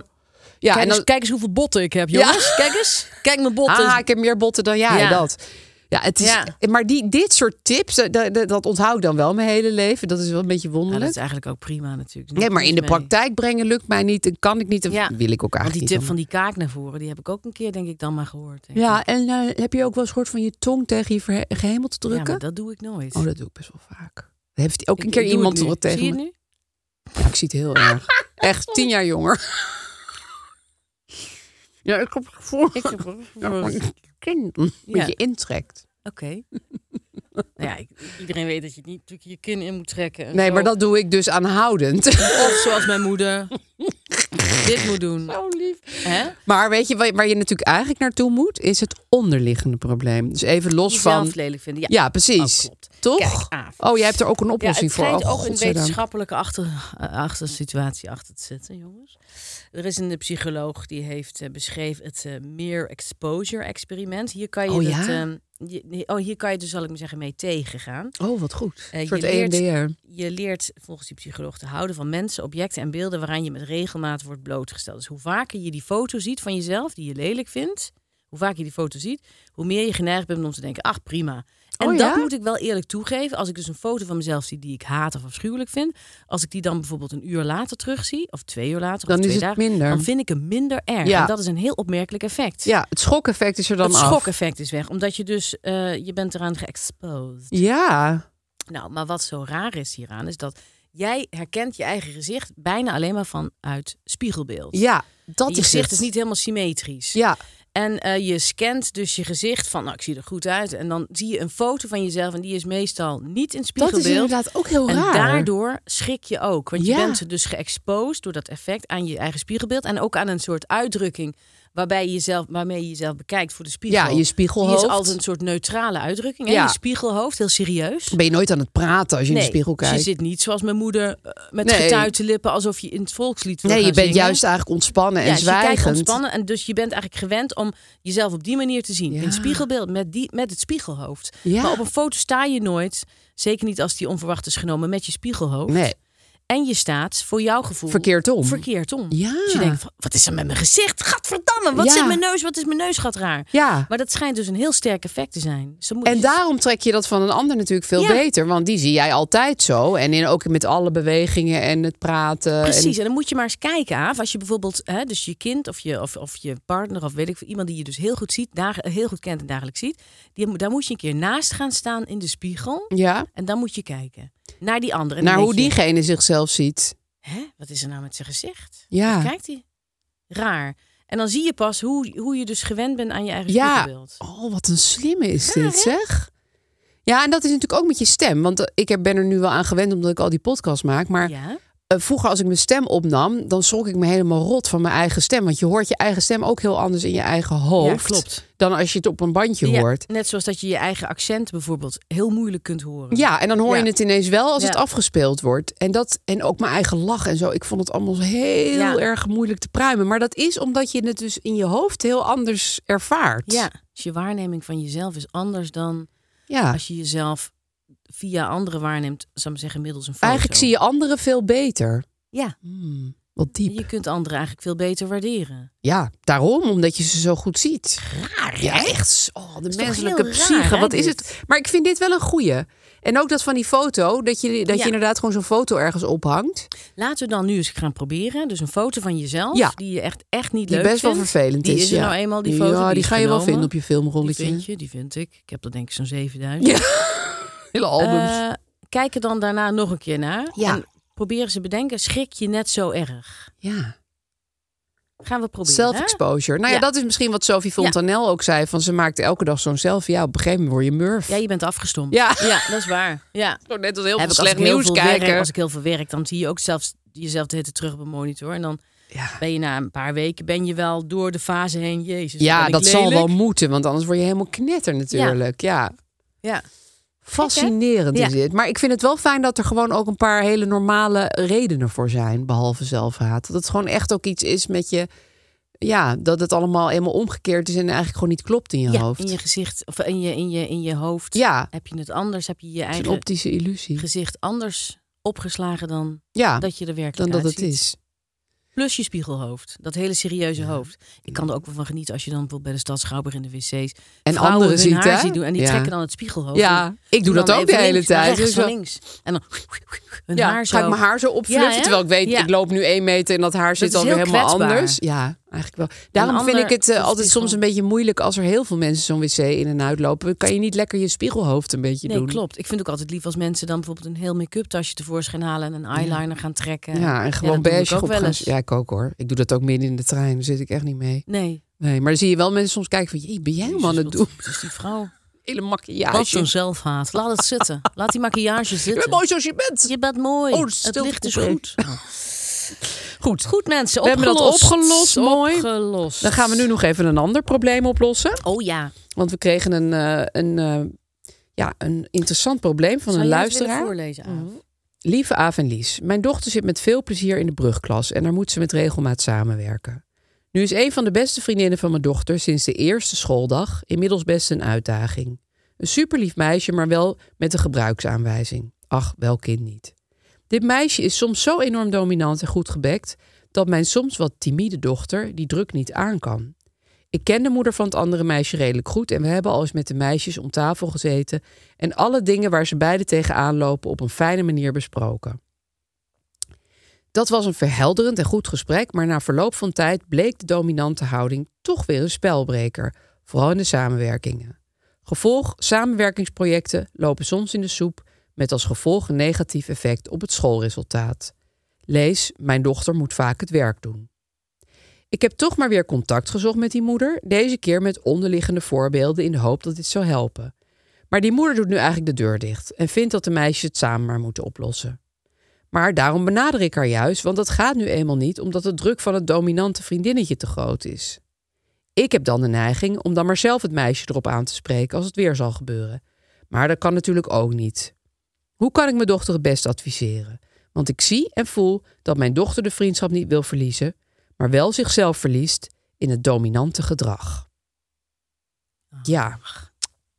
S3: Ja,
S2: kijk,
S3: en dan.
S2: eens, kijk eens hoeveel botten ik heb,
S3: Ja.
S2: jongens. Kijk eens. Kijk mijn botten.
S3: Ah, ik heb meer botten dan jij.
S2: Ja.
S3: Dat. Ja, het is,
S2: Ja.
S3: maar die, dit soort tips, eh, dat, dat- dat onthoud ik dan wel mijn hele leven. Dat is wel een beetje
S2: Nou, dat
S3: wonderlijk.
S2: is eigenlijk ook prima natuurlijk.
S3: Nee, maar in de
S2: Mee.
S3: praktijk brengen lukt mij niet. En kan ik niet. En
S2: Ja.
S3: wil ik ook
S2: Want
S3: eigenlijk
S2: die
S3: niet.
S2: tip van die kaak naar voren, die heb ik ook een keer denk ik dan maar gehoord. denk ik.
S3: Ja, en eh, heb je ook wel eens gehoord van je tong tegen je verhe- gehemel te
S2: ja,
S3: drukken?
S2: maar dat doe ik nooit.
S3: Oh, dat doe ik best wel vaak. Heeft ook
S2: Ik-
S3: een keer
S2: ik doe
S3: iemand
S2: het nu.
S3: wat tegen
S2: Zie je
S3: me-
S2: het nu?
S3: Ja, ik zie het heel erg. Echt tien jaar jonger. Ja, ik heb het gevoel
S2: Ik heb
S3: dat
S2: Oké.
S3: je kind een beetje intrekt.
S2: Nou ja, ik- iedereen weet dat je het niet natuurlijk je kin in moet trekken. en
S3: Nee,
S2: zo.
S3: maar dat doe ik dus aanhoudend.
S2: Of zoals mijn moeder dit moet doen.
S3: Zo lief.
S2: Hè?
S3: Maar weet je, waar waar je natuurlijk eigenlijk naartoe moet, is het onderliggende probleem. Dus even los
S2: Jezelf
S3: van...
S2: lelijk vinden. Ja,
S3: Ja, precies.
S2: Oh, klopt.
S3: Toch?
S2: Kijk, Aaf.
S3: oh, jij hebt er ook een
S2: Ja,
S3: oplossing
S2: het
S3: voor.
S2: schijnt
S3: Oh,
S2: ook een
S3: godzijdank.
S2: wetenschappelijke achter, eh, achter situatie achter te zitten, jongens. Er is een eh, psycholoog die heeft eh, beschreven het eh mere exposure experiment. Hier kan je
S3: Oh,
S2: dat,
S3: ja?
S2: ehm, je- oh, hier kan je dus zal ik maar zeggen mee tegengaan.
S3: Oh, wat goed.
S2: Eh,
S3: Een soort E
S2: je leert-
S3: EMDR.
S2: Je leert volgens die psycholoog te houden van mensen, objecten en beelden waaraan je met regelmaat wordt blootgesteld. Dus hoe vaker je die foto ziet van jezelf die je lelijk vindt, hoe vaker je die foto ziet, hoe meer je geneigd bent om te denken: ach prima. En
S3: Oh,
S2: dat
S3: ja?
S2: moet ik wel eerlijk toegeven. Als ik dus een foto van mezelf zie die ik haat of afschuwelijk vind, als ik die dan bijvoorbeeld een uur later terugzie, of twee uur later,
S3: Dan
S2: of
S3: is
S2: twee
S3: het
S2: dagen,
S3: minder.
S2: dan vind ik hem minder erg.
S3: Ja.
S2: En dat is een heel opmerkelijk effect.
S3: Ja, het schokeffect is er dan
S2: het
S3: af.
S2: schokeffect is weg, omdat je dus eh, je bent eraan geëxposed.
S3: Ja.
S2: Nou, maar wat zo raar is hieraan, is dat jij herkent je eigen gezicht bijna alleen maar vanuit spiegelbeeld.
S3: Ja, dat
S2: je
S3: is
S2: gezicht
S3: het.
S2: is niet helemaal symmetrisch.
S3: Ja,
S2: En eh, je scant dus je gezicht van, nou, ik zie er goed uit. En dan zie je een foto van jezelf en die is meestal niet in
S3: dat
S2: spiegelbeeld.
S3: is inderdaad ook heel
S2: en
S3: raar.
S2: daardoor schrik je ook. Want je
S3: Ja.
S2: bent dus geëxposed door dat effect aan je eigen spiegelbeeld. En ook aan een soort uitdrukking waarbij je jezelf, waarmee je jezelf bekijkt voor de spiegel.
S3: Ja, je spiegelhoofd.
S2: Die is altijd een soort neutrale uitdrukking. hè?
S3: Ja.
S2: Je spiegelhoofd, heel serieus.
S3: ben je nooit aan het praten als je in de spiegel
S2: Dus
S3: kijkt.
S2: je zit niet zoals mijn moeder eh, met
S3: Nee.
S2: getuite lippen alsof je in het volkslied wil
S3: nee, je
S2: gaan
S3: bent
S2: zingen.
S3: juist eigenlijk ontspannen en
S2: ja, dus je kijkt
S3: zwijgend.
S2: ontspannen en dus je bent eigenlijk gewend om jezelf op die manier te zien.
S3: Ja.
S2: In het spiegelbeeld, met, die, met het spiegelhoofd.
S3: Ja.
S2: Maar op een foto sta je nooit, zeker niet als die onverwacht is genomen, met je spiegelhoofd.
S3: Nee,
S2: En je staat, voor jouw gevoel,
S3: verkeerd om.
S2: verkeerd om.
S3: Ja.
S2: Dus je denkt, van, wat is er met mijn gezicht? Gadverdamme, wat
S3: Ja.
S2: zit mijn neus? Wat is mijn neus? Gaat raar.
S3: Ja.
S2: Maar dat schijnt dus een heel sterk effect te zijn. Dus dan moet
S3: En
S2: je-
S3: daarom trek je dat van een ander natuurlijk veel
S2: Ja.
S3: beter. Want die zie jij altijd zo. En in, ook met alle bewegingen en het praten.
S2: Precies,
S3: Eh, En,
S2: en dan moet je maar eens kijken, Aaf. Als je bijvoorbeeld hè, dus je kind of je, of, of je partner of weet ik veel, iemand die je dus heel goed, ziet, dag, heel goed kent en dagelijks ziet, die, moet- daar moet je een keer naast gaan staan in de spiegel.
S3: ja,
S2: En dan moet je kijken naar die andere. En
S3: naar
S2: dan
S3: hoe
S2: denk je,
S3: diegene zichzelf ziet.
S2: Hè, wat wat is er nou met zijn gezicht?
S3: Ja.
S2: Waar kijkt hij? Raar. En dan zie je pas hoe, hoe je dus gewend bent aan je eigen
S3: Ja,
S2: spiegelbeeld.
S3: oh, wat een slimme is
S2: Raar,
S3: dit,
S2: hè?
S3: zeg. Ja, en dat is natuurlijk ook met je stem. Want eh, ik heb- ben er nu wel aan gewend omdat ik al die podcast maak. Maar
S2: Ja.
S3: eh, vroeger als ik mijn stem opnam, dan schrok ik me helemaal rot van mijn eigen stem. Want je hoort je eigen stem ook heel anders in je eigen hoofd.
S2: klopt.
S3: Dan als je het op een bandje
S2: Ja,
S3: hoort.
S2: Net zoals dat je je eigen accent bijvoorbeeld heel moeilijk kunt horen.
S3: Ja, en dan hoor je
S2: Ja.
S3: het ineens wel als
S2: Ja.
S3: het afgespeeld wordt. En, dat, en ook mijn eigen lach en zo. Ik vond het allemaal heel
S2: Ja.
S3: erg moeilijk te pruimen. Maar dat is omdat je het dus in je hoofd heel anders ervaart.
S2: Ja, dus je waarneming van jezelf is anders dan
S3: ja.
S2: als je jezelf via anderen waarneemt, zou ik maar zeggen, middels een foto.
S3: Oh, Eigenlijk zie je anderen veel beter.
S2: Ja,
S3: Hmm, wat
S2: je
S3: diep.
S2: kunt anderen eigenlijk veel beter waarderen.
S3: Ja, daarom, omdat je ze zo goed ziet. Raar, ja, echt. Oh, de
S2: is toch
S3: menselijke
S2: heel raar,
S3: psyche.
S2: hè,
S3: wat is
S2: dit?
S3: het? Maar ik vind dit wel een goeie. En ook dat van die foto, dat je, dat
S2: Ja.
S3: je inderdaad gewoon zo'n foto ergens ophangt.
S2: Laten we dan nu eens gaan proberen. Dus een foto van jezelf,
S3: Ja.
S2: die je echt, echt niet
S3: Die
S2: leuk
S3: best wel
S2: vindt.
S3: vervelend
S2: die
S3: is.
S2: is er
S3: ja.
S2: nou eenmaal, die foto.
S3: Ja, die,
S2: is
S3: ga je wel
S2: genomen.
S3: vinden op je filmrolletje.
S2: Die vind je, die vind ik. Ik heb er denk ik zo'n 7000.
S3: Ja. Hele albums.
S2: Eh, kijk er dan daarna nog een keer naar.
S3: Ja.
S2: En probeer eens te bedenken, schrik je net zo erg?
S3: ja.
S2: Gaan we proberen. hè?
S3: Self-exposure. Nou ja,
S2: Ja.
S3: dat is misschien wat Sophie Fontanel ook zei. Van ze maakte elke dag zo'n selfie. Ja, op een gegeven moment word je murf.
S2: Ja, je bent afgestompt.
S3: Ja.
S2: ja dat is waar. Ja.
S3: Zo net als heel
S2: Heb
S3: veel
S2: ik als
S3: slecht
S2: ik heel
S3: nieuws
S2: veel
S3: kijken.
S2: werk- als ik heel veel werk, dan zie je ook zelfs jezelf de hele tijd terug op een monitor. En dan
S3: Ja,
S2: ben je na een paar weken ben je wel door de fase heen.
S3: ja
S2: Jezus, Dus ben ik
S3: dat zal
S2: lelijk.
S3: wel moeten. Want anders word je helemaal knetter natuurlijk. Ja.
S2: Ja.
S3: Fascinerend
S2: Gek,
S3: is
S2: hè?
S3: dit. Maar ik vind het wel fijn dat er gewoon ook een paar hele normale redenen voor zijn. Behalve zelfhaat. Dat het gewoon echt ook iets is met je... Ja, dat het allemaal helemaal omgekeerd is en eigenlijk gewoon niet klopt in je
S2: Ja,
S3: hoofd.
S2: in je gezicht of in je, in je, in je hoofd
S3: Ja.
S2: heb je het anders. Heb je je
S3: Een
S2: eigen
S3: optische illusie.
S2: gezicht anders opgeslagen dan
S3: Ja,
S2: dat je er
S3: dan
S2: werkelijk
S3: dat het
S2: uitziet.
S3: is.
S2: Plus je spiegelhoofd, dat hele serieuze hoofd. Ik kan er ook wel van genieten als je dan bijvoorbeeld bij de Stadsschouwburg in de wc's
S3: En
S2: vrouwen
S3: anderen
S2: hun
S3: ziet,
S2: haar
S3: hè?
S2: ziet doen en die
S3: Ja.
S2: trekken dan het spiegelhoofd.
S3: Ja,
S2: En
S3: ik doe
S2: dan
S3: dat ook
S2: even
S3: de hele
S2: links naar
S3: tijd.
S2: Rechts,
S3: Dus
S2: naar
S3: wel-
S2: links. En dan hun
S3: Ja,
S2: haar zo.
S3: ga ik mijn haar zo opfluffen,
S2: Ja, hè?
S3: terwijl ik weet,
S2: Ja.
S3: ik loop nu één meter en dat haar zit
S2: is
S3: alweer
S2: heel
S3: helemaal
S2: kwetsbaar.
S3: anders. Ja, eigenlijk wel. Daarom vind
S2: ander
S3: ik het eh,
S2: is
S3: altijd
S2: spiegel.
S3: soms een beetje moeilijk als er heel veel mensen zo'n wc in en uit lopen. Kan je niet lekker je spiegelhoofd een beetje
S2: Nee,
S3: doen?
S2: klopt. Ik vind ook altijd lief als mensen dan bijvoorbeeld een heel make-up tasje tevoorschijn halen en een eyeliner gaan trekken.
S3: Ja, en gewoon
S2: dat doe ik
S3: beige
S2: ook
S3: op
S2: wel
S3: gaan-
S2: eens.
S3: Ja, ik ook hoor. Ik doe dat ook midden in de trein, daar zit ik echt niet mee.
S2: Nee.
S3: Nee, maar dan zie je wel mensen soms kijken van, jee, ben jij helemaal aan
S2: Jezus,
S3: het doen?
S2: wat- wat is die vrouw.
S3: Hele
S2: Wat een
S3: maquillage.
S2: zelfhaat. Laat het zitten. Laat die maquillage
S3: Je bent
S2: zitten.
S3: mooi zoals je bent.
S2: Je bent mooi.
S3: Oh,
S2: het
S3: stilte
S2: licht is
S3: coupé.
S2: goed.
S3: Goed.
S2: Goed mensen,
S3: We
S2: opgelost.
S3: hebben dat opgelost, mooi.
S2: Opgelost.
S3: Dan gaan we nu nog even een ander probleem oplossen.
S2: Oh ja.
S3: Want we kregen een, eh, een, eh, ja, een interessant probleem van
S2: Zou
S3: een
S2: jij het willen
S3: luisteraar. Mhm.
S2: voorlezen, Aaf?
S3: Lieve Aaf en Lies, mijn dochter zit met veel plezier in de brugklas en daar moet ze met regelmaat samenwerken. Nu is een van de beste vriendinnen van mijn dochter sinds de eerste schooldag inmiddels best een uitdaging. Een superlief meisje, maar wel met een gebruiksaanwijzing. Ach, welk kind niet. Dit meisje is soms zo enorm dominant en goed gebekt dat mijn soms wat timide dochter die druk niet aan kan. Ik ken de moeder van het andere meisje redelijk goed en we hebben al eens met de meisjes om tafel gezeten en alle dingen waar ze beide tegenaan lopen op een fijne manier besproken. Dat was een verhelderend en goed gesprek, maar na verloop van tijd bleek de dominante houding toch weer een spelbreker, vooral in de samenwerkingen. Gevolg: samenwerkingsprojecten lopen soms in de soep, met als gevolg een negatief effect op het schoolresultaat. Lees: Mijn dochter moet vaak het werk doen. Ik heb toch maar weer contact gezocht met die moeder, deze keer met onderliggende voorbeelden in de hoop dat dit zou helpen. Maar die moeder doet nu eigenlijk de deur dicht en vindt dat de meisjes het samen maar moeten oplossen. Maar daarom benader ik haar juist, want dat gaat nu eenmaal niet omdat de druk van het dominante vriendinnetje te groot is. Ik heb dan de neiging om dan maar zelf het meisje erop aan te spreken als het weer zal gebeuren. Maar dat kan natuurlijk ook niet. Hoe kan ik mijn dochter het best adviseren? Want ik zie en voel dat mijn dochter de vriendschap niet wil verliezen, maar wel zichzelf verliest in het dominante gedrag. Ja,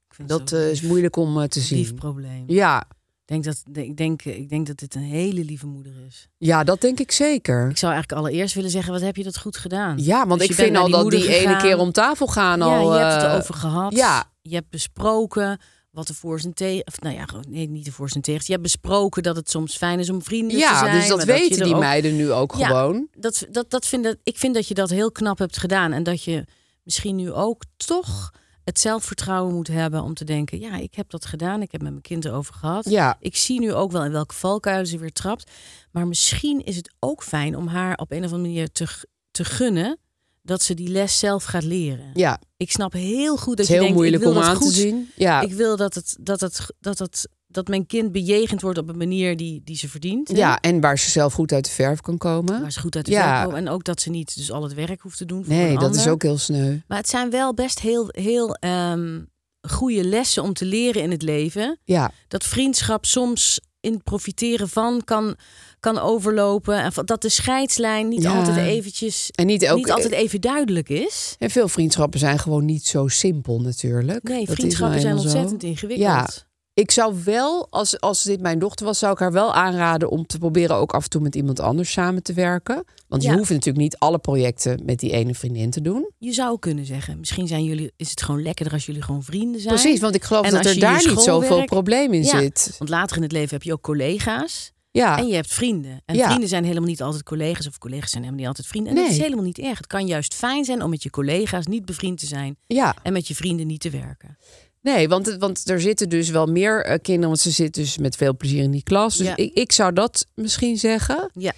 S2: Ik vind het
S3: dat
S2: zo'n
S3: eh, is moeilijk om eh, te
S2: Lief
S3: zien.
S2: probleem.
S3: Ja,
S2: Ik denk dat, ik, denk, ik denk dat dit een hele lieve moeder is.
S3: ja, dat denk ik zeker.
S2: Ik zou eigenlijk allereerst willen zeggen, wat heb je dat goed gedaan?
S3: Ja, want
S2: Dus
S3: ik
S2: je bent
S3: vind
S2: naar
S3: al dat
S2: moeder
S3: die ene
S2: gegaan.
S3: keer om tafel gaan
S2: Ja,
S3: al.
S2: je hebt het
S3: eh,
S2: erover gehad.
S3: ja.
S2: Je hebt besproken wat er voor zijn tegen... of, Nou ja, gewoon- nee, niet de voor zijn tegen. Je hebt besproken dat het soms fijn is om vrienden te
S3: Ja,
S2: zijn.
S3: dus dat
S2: maar
S3: weten
S2: je er
S3: die
S2: ook-
S3: meiden nu ook
S2: Ja.
S3: gewoon.
S2: Dat, dat, dat vind dat, ik vind dat je dat heel knap hebt gedaan. En dat je misschien nu ook toch het zelfvertrouwen moet hebben om te denken: ja, ik heb dat gedaan, ik heb met mijn kind erover gehad.
S3: Ja.
S2: Ik zie nu ook wel in welke valkuilen ze weer trapt. Maar misschien is het ook fijn om haar op een of andere manier te, g- te gunnen dat ze die les zelf gaat leren.
S3: Ja,
S2: Ik snap heel goed
S3: het is
S2: dat je
S3: heel
S2: denkt,
S3: moeilijk
S2: ik wil
S3: om
S2: dat
S3: aan
S2: goed.
S3: te zien. Ja,
S2: Ik wil dat, het, dat, het, dat, het, dat mijn kind bejegend wordt op een manier die, die ze verdient. hè?
S3: ja, en waar ze zelf goed uit de verf kan komen.
S2: Waar ze goed uit de
S3: Ja.
S2: verf komen. En ook dat ze niet dus al het werk hoeft te doen voor
S3: Nee,
S2: een
S3: dat is
S2: ander.
S3: ook heel sneu.
S2: Maar het zijn wel best heel, heel ehm, goede lessen om te leren in het leven.
S3: Ja,
S2: Dat vriendschap soms in het profiteren van kan, kan overlopen. En van- dat de scheidslijn niet
S3: Ja.
S2: altijd eventjes...
S3: en niet ook. eh,
S2: niet altijd even duidelijk is.
S3: En veel vriendschappen zijn gewoon niet zo simpel natuurlijk. Dat
S2: Nee,
S3: is nou
S2: vriendschappen zijn
S3: eenmaal zo.
S2: ontzettend ingewikkeld.
S3: Ik zou wel, als, als dit mijn dochter was, zou ik haar wel aanraden om te proberen ook af en toe met iemand anders samen te werken. Want
S2: Ja.
S3: je hoeft natuurlijk niet alle projecten met die ene vriendin te doen.
S2: Je zou kunnen zeggen, misschien zijn jullie, is het gewoon lekkerder als jullie gewoon vrienden zijn.
S3: Precies, want ik geloof
S2: En
S3: dat
S2: als
S3: er
S2: je je
S3: daar niet zoveel
S2: schoolwerk-
S3: probleem in
S2: Ja,
S3: zit.
S2: Want later in het leven heb je ook collega's
S3: Ja,
S2: en je hebt vrienden. En
S3: Ah. Ja.
S2: vrienden zijn helemaal niet altijd collega's of collega's zijn helemaal niet altijd vrienden. En dat
S3: Nee.
S2: is helemaal niet erg. Het kan juist fijn zijn om met je collega's niet bevriend te zijn
S3: ja.
S2: en met je vrienden niet te werken.
S3: Nee, want, het- want er zitten dus wel meer eh, kinderen, want ze zitten dus met veel plezier in die klas. Dus
S2: Ja.
S3: ik, ik zou dat misschien zeggen.
S2: Ja.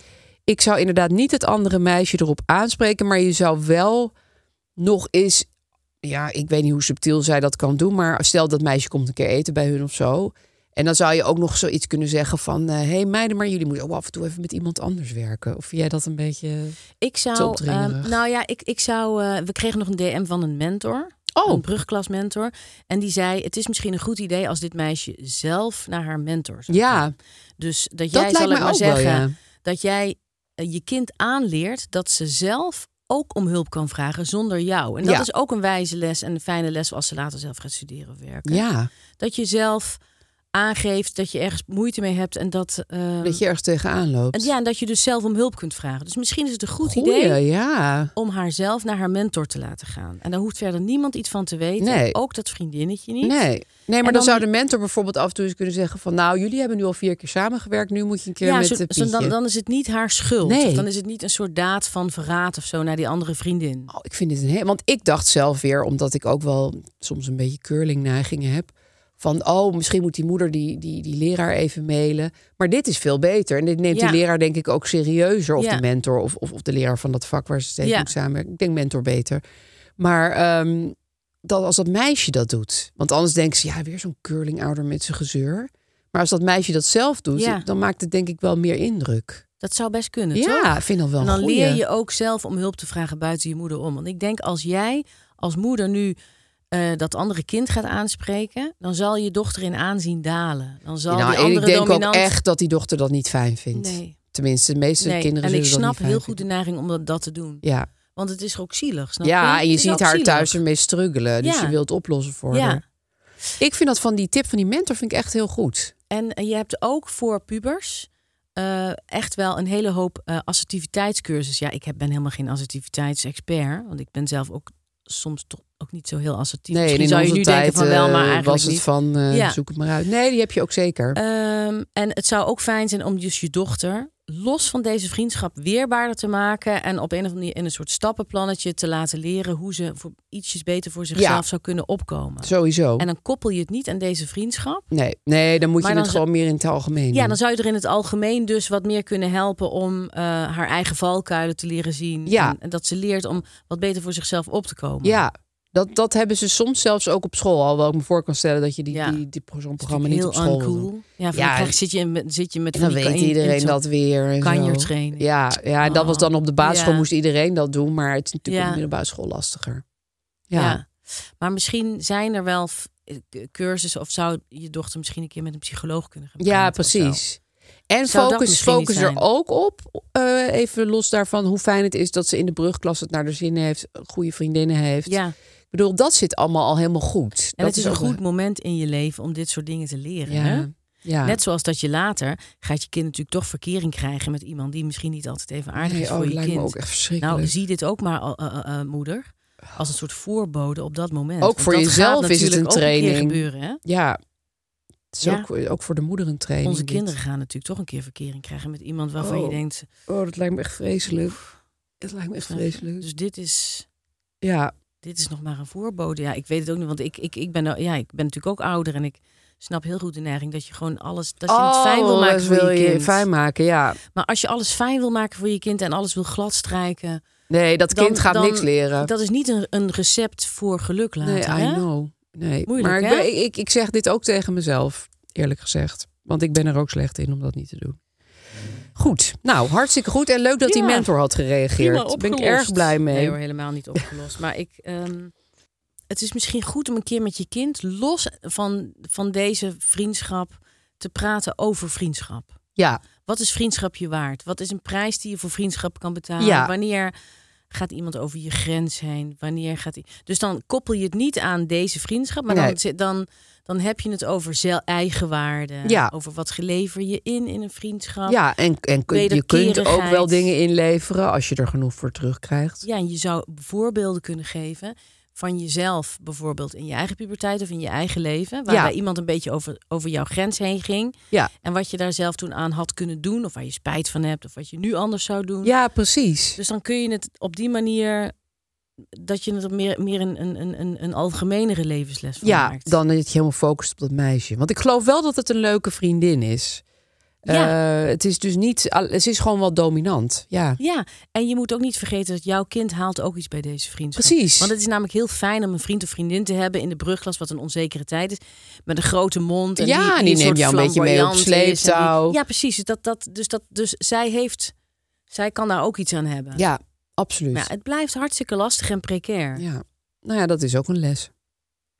S3: Ik zou inderdaad niet het andere meisje erop aanspreken, maar je zou wel nog eens, ja, ik weet niet hoe subtiel zij dat kan doen, maar stel dat meisje komt een keer eten bij hun of zo. En dan zou je ook nog zoiets kunnen zeggen van, hé hey meiden, maar jullie moeten ook af en toe even met iemand anders werken. Of vind jij dat een beetje...
S2: Ik zou,
S3: Te opdringerig.
S2: ehm, nou ja, ik, ik zou, eh, we kregen nog een DM van een mentor. Een
S3: Oh,
S2: brugklasmentor. En die zei: Het is misschien een goed idee als dit meisje zelf naar haar mentor zou
S3: ja,
S2: gaan. Dus dat
S3: dat
S2: jij, zal
S3: lijkt
S2: ik
S3: me
S2: maar
S3: ook
S2: zeggen,
S3: wel, ja.
S2: dat jij eh, je kind aanleert dat ze zelf ook om hulp kan vragen zonder jou. En dat
S3: Ja.
S2: is ook een wijze les en een fijne les als ze later zelf gaat studeren of werken.
S3: Ja,
S2: Dat je zelf aangeeft dat je ergens moeite mee hebt en dat, ehm,
S3: dat je ergens tegenaan loopt.
S2: en, ja, en dat je dus zelf om hulp kunt vragen. Dus misschien is het een goed
S3: Goeie,
S2: idee
S3: ja.
S2: om haar zelf naar haar mentor te laten gaan. En daar hoeft verder niemand iets van te weten.
S3: Nee.
S2: Ook dat vriendinnetje niet.
S3: Nee, nee maar dan,
S2: dan-
S3: zou de mentor bijvoorbeeld af en toe eens kunnen zeggen van... nou, jullie hebben nu al vier keer samengewerkt, nu moet je een keer
S2: Ja,
S3: met
S2: zo-
S3: de
S2: zo-
S3: Pietje.
S2: dan, dan is het niet haar schuld.
S3: Nee.
S2: Of Dan is het niet een soort daad van verraad of zo naar die andere vriendin.
S3: Oh, ik vind dit een heel... Want ik dacht zelf weer, omdat ik ook wel soms een beetje curling-neigingen heb... van, oh, misschien moet die moeder die, die, die leraar even mailen. Maar dit is veel beter. En dit neemt
S2: Ja.
S3: die leraar denk ik ook serieuzer. Of
S2: Ja.
S3: de mentor, of, of, of de leraar van dat vak waar ze steeds
S2: Ja.
S3: moet samenwerken. Ik denk mentor beter. Maar ehm, dat als dat meisje dat doet... want anders denken ze, ja, weer zo'n curling-ouder met zijn gezeur... Maar als dat meisje dat zelf doet,
S2: Ja.
S3: dan maakt het denk ik wel meer indruk.
S2: Dat zou best kunnen, toch?
S3: ja, ik vind dat wel
S2: En
S3: een
S2: dan
S3: goeie.
S2: leer je ook zelf om hulp te vragen buiten je moeder om. Want ik denk als jij als moeder nu eh, dat andere kind gaat aanspreken, dan zal je dochter in aanzien dalen. Dan zal
S3: Nou,
S2: die
S3: en
S2: andere
S3: ik denk
S2: dominant...
S3: ook echt dat die dochter dat niet fijn vindt.
S2: Nee,
S3: Tenminste, de meeste
S2: nee.
S3: kinderen
S2: en ik
S3: zullen dat
S2: snap
S3: niet fijn
S2: heel goed de
S3: vinden.
S2: neiging om dat, dat te doen.
S3: Ja,
S2: Want het is ook zielig, snap je?
S3: ja en
S2: Het
S3: je
S2: is ook
S3: ziet haar
S2: zielig.
S3: thuis ermee struggelen. Dus
S2: Ja.
S3: je wilt oplossen voor
S2: Ja,
S3: haar. Ik vind dat van die tip van die mentor vind ik echt heel goed.
S2: En eh, je hebt ook voor pubers eh, echt wel een hele hoop eh, assertiviteitscursus. Ja, ik heb, ben helemaal geen assertiviteitsexpert. Want ik ben zelf ook soms toch ook niet zo heel assertief.
S3: Nee, en
S2: Misschien
S3: in
S2: zou je
S3: onze
S2: nu
S3: tijd
S2: denken van wel,
S3: eh,
S2: maar eigenlijk
S3: was het
S2: niet.
S3: van eh,
S2: Ja.
S3: zoek het maar uit. Nee, die heb je ook zeker.
S2: Ehm, en het zou ook fijn zijn om dus je dochter los van deze vriendschap weerbaarder te maken. En op een of andere manier in een soort stappenplannetje te laten leren hoe ze voor ietsjes beter voor zichzelf zou kunnen opkomen.
S3: Sowieso.
S2: En dan koppel je het niet aan deze vriendschap.
S3: Nee, nee, dan moet je
S2: Maar dan
S3: het
S2: zou-
S3: gewoon meer in het algemeen
S2: Ja,
S3: doen.
S2: dan zou je er in het algemeen dus wat meer kunnen helpen om eh, haar eigen valkuilen te leren zien.
S3: Ja.
S2: En, en dat ze leert om wat beter voor zichzelf op te komen.
S3: Ja, dat, dat hebben ze soms zelfs ook op school. Alhoewel ik me voor kan stellen dat je die,
S2: Ja.
S3: die, die, zo'n
S2: Dat is
S3: programma niet op school
S2: natuurlijk
S3: wil
S2: heel
S3: doen.
S2: uncool. Ja,
S3: Ja,
S2: ja
S3: en-
S2: krijg, zit je met, zit je met
S3: En dan
S2: van die
S3: weet
S2: kan- in- in
S3: iedereen
S2: zo'n-
S3: dat weer. En zo.
S2: kanjertraining. Oh.
S3: Ja, ja, en dat was dan op de basisschool
S2: ja.
S3: moest iedereen dat doen. Maar het is natuurlijk
S2: Ja.
S3: op de middelbare school lastiger. Ja.
S2: Ja. Maar misschien zijn er wel f- eh, k- cursussen of zou je dochter misschien een keer met een psycholoog kunnen gaan
S3: Ja,
S2: praten of zo.
S3: precies. En
S2: Zou dat
S3: focus,
S2: misschien
S3: focus
S2: iets
S3: er
S2: zijn?
S3: ook op, eh, even los daarvan, hoe fijn het is dat ze in de brugklas het naar de zin heeft, goede vriendinnen heeft.
S2: Ja, en
S3: Ik bedoel, dat zit allemaal al helemaal goed. dat
S2: het is een
S3: ook
S2: goed moment in je leven om dit soort dingen te leren. hè?
S3: Ja, ja.
S2: Net zoals dat je later gaat je kind natuurlijk toch verkering krijgen met iemand die misschien niet altijd even aardig
S3: Nee,
S2: is
S3: oh,
S2: voor
S3: het
S2: je
S3: lijkt
S2: kind.
S3: me ook echt verschrikkelijk.
S2: Nou, zie dit ook maar, eh, eh, eh, moeder, als een soort voorbode op dat moment.
S3: Ook
S2: Want
S3: voor
S2: dat
S3: jezelf
S2: gaat
S3: is het
S2: natuurlijk
S3: een
S2: ook keer
S3: training.
S2: gebeuren, hè?
S3: ja. Het is
S2: Ja.
S3: Ook, ook voor de moeder een training.
S2: Onze
S3: dit.
S2: kinderen gaan natuurlijk toch een keer verkering krijgen met iemand waarvan
S3: Oh,
S2: je denkt.
S3: Oh, dat lijkt me echt vreselijk. Het lijkt me echt vreselijk.
S2: Dus dit is.
S3: Ja,
S2: Dit is nog maar een voorbode. Ja, ik weet het ook niet, want ik, ik, ik, ben, ja, ik ben natuurlijk ook ouder en ik snap heel goed de neiging dat je gewoon alles, dat je het fijn wil
S3: Oh,
S2: maken
S3: dat
S2: voor
S3: wil
S2: je kind.
S3: fijn maken, ja.
S2: Maar als je alles fijn wil maken voor je kind en alles wil gladstrijken,
S3: Nee, dat kind
S2: dan-
S3: gaat
S2: dan-
S3: niks leren.
S2: Dat is niet een, een recept voor geluk laten.
S3: nee, I
S2: hè?
S3: know. Nee.
S2: Moeilijk,
S3: maar ik,
S2: hè?
S3: ben- ik, ik, ik zeg dit ook tegen mezelf, eerlijk gezegd. Want ik ben er ook slecht in om dat niet te doen. Goed, nou hartstikke goed. En leuk dat die
S2: Ja.
S3: mentor had gereageerd.
S2: Prima
S3: Daar ben ik
S2: opgelost.
S3: erg blij mee.
S2: Nee hoor, helemaal niet opgelost. maar ik, ehm, het is misschien goed om een keer met je kind los van, van deze vriendschap te praten over vriendschap.
S3: ja,
S2: Wat is vriendschap je waard? Wat is een prijs die je voor vriendschap kan betalen?
S3: Ja.
S2: Wanneer gaat iemand over je grens heen? Wanneer gaat die... Dus dan koppel je het niet aan deze vriendschap, maar
S3: Nee.
S2: dan, zit- dan, dan heb je het over zel, eigenwaarde.
S3: Ja.
S2: Over wat gelever je in in een vriendschap.
S3: ja, en, en kun- je kunt ook
S2: Wederkerigheid.
S3: wel dingen inleveren als je er genoeg voor terugkrijgt.
S2: Ja, en je zou voorbeelden kunnen geven van jezelf, bijvoorbeeld in je eigen puberteit of in je eigen leven, waarbij
S3: Ja.
S2: iemand een beetje over, over jouw grens heen ging.
S3: Ja.
S2: En wat je daar zelf toen aan had kunnen doen, of waar je spijt van hebt, of wat je nu anders zou doen.
S3: Ja, precies.
S2: Dus dan kun je het op die manier, dat je het meer, meer een, een, een- een, een algemenere levensles van
S3: Ja,
S2: maakt.
S3: dan dat je helemaal focust op dat meisje. Want ik geloof wel dat het een leuke vriendin is.
S2: Ja.
S3: Eh, het is dus niet, al- ze is gewoon wel dominant. Ja.
S2: Ja, en je moet ook niet vergeten dat jouw kind haalt ook iets bij deze vriendschap.
S3: Precies.
S2: Want het is namelijk heel fijn om een vriend of vriendin te hebben in de brugglas, wat een onzekere tijd is. Met een grote mond. En
S3: Ja,
S2: die,
S3: en die
S2: een soort
S3: neemt jou een beetje mee op
S2: flamboyant is en die-
S3: sleeptouw.
S2: Ja, precies. Dus, dat, dat, dus, dat, dus zij, heeft, zij kan daar ook iets aan hebben.
S3: Ja, absoluut.
S2: Maar ja, het blijft hartstikke lastig en precair.
S3: Ja. Nou ja, dat is ook een les.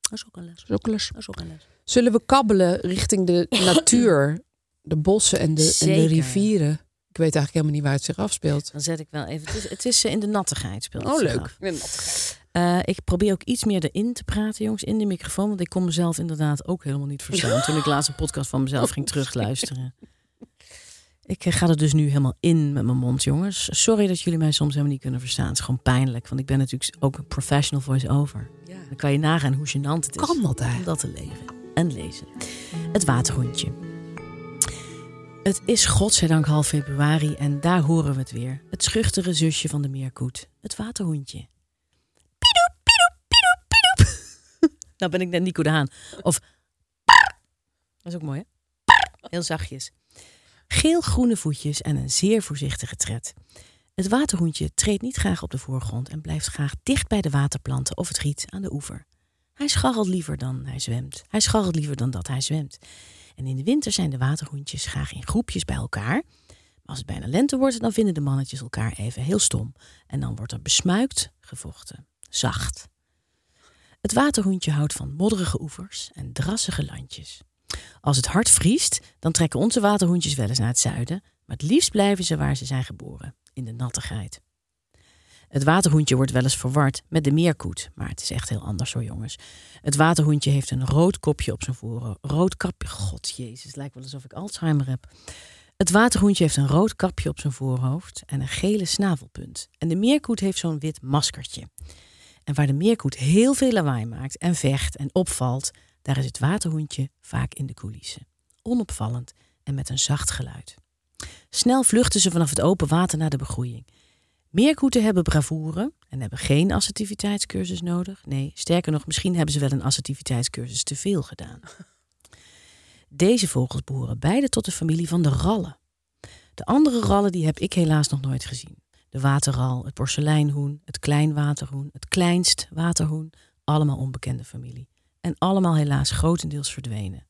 S2: Dat is ook een les.
S3: Dat is ook een les.
S2: Dat is ook een les.
S3: Zullen we kabbelen richting de natuur, de bossen en de, en de
S2: Zeker.
S3: rivieren? Ik weet eigenlijk helemaal niet waar het zich afspeelt.
S2: Dan zet ik wel even. Het is, het is eh, in de nattigheid speelt. het
S3: Oh,
S2: zich
S3: leuk.
S2: af. Eh, ik probeer ook iets meer erin te praten, jongens, in de microfoon. Want ik kon mezelf inderdaad ook helemaal niet verstaan. toen ik laatst een podcast van mezelf ging terugluisteren. Ik eh, ga er dus nu helemaal in met mijn mond, jongens. Sorry dat jullie mij soms helemaal niet kunnen verstaan. Het is gewoon pijnlijk, want ik ben natuurlijk ook een professional voice-over. Dan kan je nagaan hoe gênant het is.
S3: Kan dat eigenlijk?
S2: Om dat te leren en lezen. Het waterhondje. Het is godzijdank half februari en daar horen we het weer. Het schuchtere zusje van de meerkoet. Het waterhondje. Piedoep, piedoep, piedoep, piedoep. nou ben ik net Nico de Haan. Of dat is ook mooi hè? Heel zachtjes. Geel-groene voetjes en een zeer voorzichtige tred. Het waterhoentje treedt niet graag op de voorgrond en blijft graag dicht bij de waterplanten of het riet aan de oever. Hij scharrelt liever dan hij zwemt. Hij scharrelt liever dan dat hij zwemt. En in de winter zijn de waterhoentjes graag in groepjes bij elkaar. Maar als het bijna lente wordt, dan vinden de mannetjes elkaar even heel stom. En dan wordt er besmuikt gevochten. Zacht. Het waterhoentje houdt van modderige oevers en drassige landjes. Als het hard vriest, dan trekken onze waterhoentjes wel eens naar het zuiden. Maar het liefst blijven ze waar ze zijn geboren, in de nattigheid. Het waterhoentje wordt wel eens verward met de meerkoet. Maar het is echt heel anders hoor, jongens. Het waterhoentje heeft een rood kopje op zijn voren. Rood kapje. God, jezus, het lijkt wel alsof ik Alzheimer heb. Het waterhoentje heeft een rood kapje op zijn voorhoofd en een gele snavelpunt. En de meerkoet heeft zo'n wit maskertje. En waar de meerkoet heel veel lawaai maakt en vecht en opvalt, daar is het waterhoentje vaak in de coulissen. Onopvallend en met een zacht geluid. Snel vluchten ze vanaf het open water naar de begroeiing. Meerkoeten hebben bravoure en hebben geen assertiviteitscursus nodig. Nee, sterker nog, misschien hebben ze wel een assertiviteitscursus te veel gedaan. Deze vogels behoren beide tot de familie van de rallen. De andere rallen die heb ik helaas nog nooit gezien. De waterral, het porseleinhoen, het kleinwaterhoen, het kleinst waterhoen, allemaal onbekende familie. En allemaal helaas grotendeels verdwenen.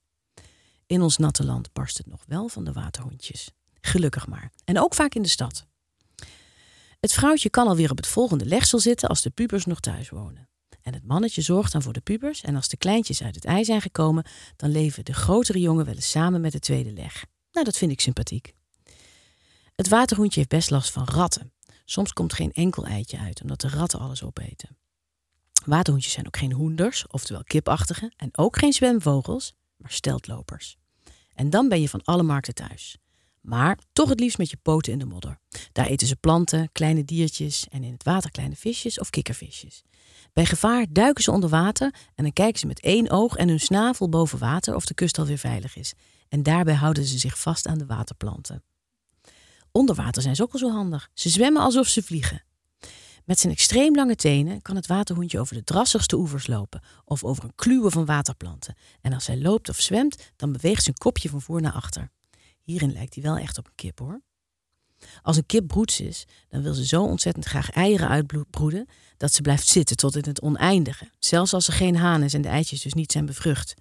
S2: In ons natte land barst het nog wel van de waterhondjes. Gelukkig maar. En ook vaak in de stad. Het vrouwtje kan alweer op het volgende legsel zitten als de pubers nog thuis wonen. En het mannetje zorgt dan voor de pubers en als de kleintjes uit het ei zijn gekomen, dan leven de grotere jongen wel eens samen met de tweede leg. Nou, dat vind ik sympathiek. Het waterhoentje heeft best last van ratten. Soms komt geen enkel eitje uit, omdat de ratten alles opeten. Waterhoentjes zijn ook geen hoenders, oftewel kipachtige, en ook geen zwemvogels, maar steltlopers. En dan ben je van alle markten thuis. Maar toch het liefst met je poten in de modder. Daar eten ze planten, kleine diertjes en in het water kleine visjes of kikkervisjes. Bij gevaar duiken ze onder water en dan kijken ze met één oog en hun snavel boven water of de kust alweer veilig is. En daarbij houden ze zich vast aan de waterplanten. Onder water zijn ze ook al zo handig. Ze zwemmen alsof ze vliegen. Met zijn extreem lange tenen kan het waterhoentje over de drassigste oevers lopen of over een kluwen van waterplanten. En als hij loopt of zwemt, dan beweegt zijn kopje van voor naar achter. Hierin lijkt hij wel echt op een kip hoor. Als een kip broeds is, dan wil ze zo ontzettend graag eieren uitbroeden dat ze blijft zitten tot in het oneindige, zelfs als er geen haan is en de eitjes dus niet zijn bevrucht.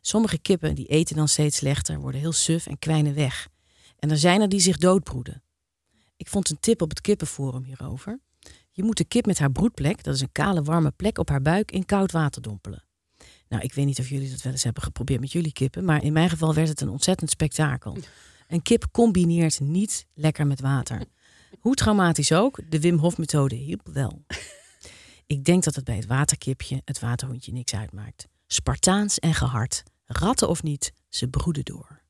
S2: Sommige kippen die eten dan steeds slechter, worden heel suf en kwijnen weg. En er zijn er die zich doodbroeden. Ik vond een tip op het kippenforum hierover. Je moet de kip met haar broedplek, dat is een kale warme plek op haar buik, in koud water dompelen. Nou, ik weet niet of jullie dat wel eens hebben geprobeerd met jullie kippen, maar in mijn geval werd het een ontzettend spektakel. Een kip combineert niet lekker met water. Hoe traumatisch ook, de Wim Hof methode hielp wel. Ik denk dat het bij het waterkipje het waterhondje niks uitmaakt. Spartaans en gehard, ratten of niet, ze broeden door.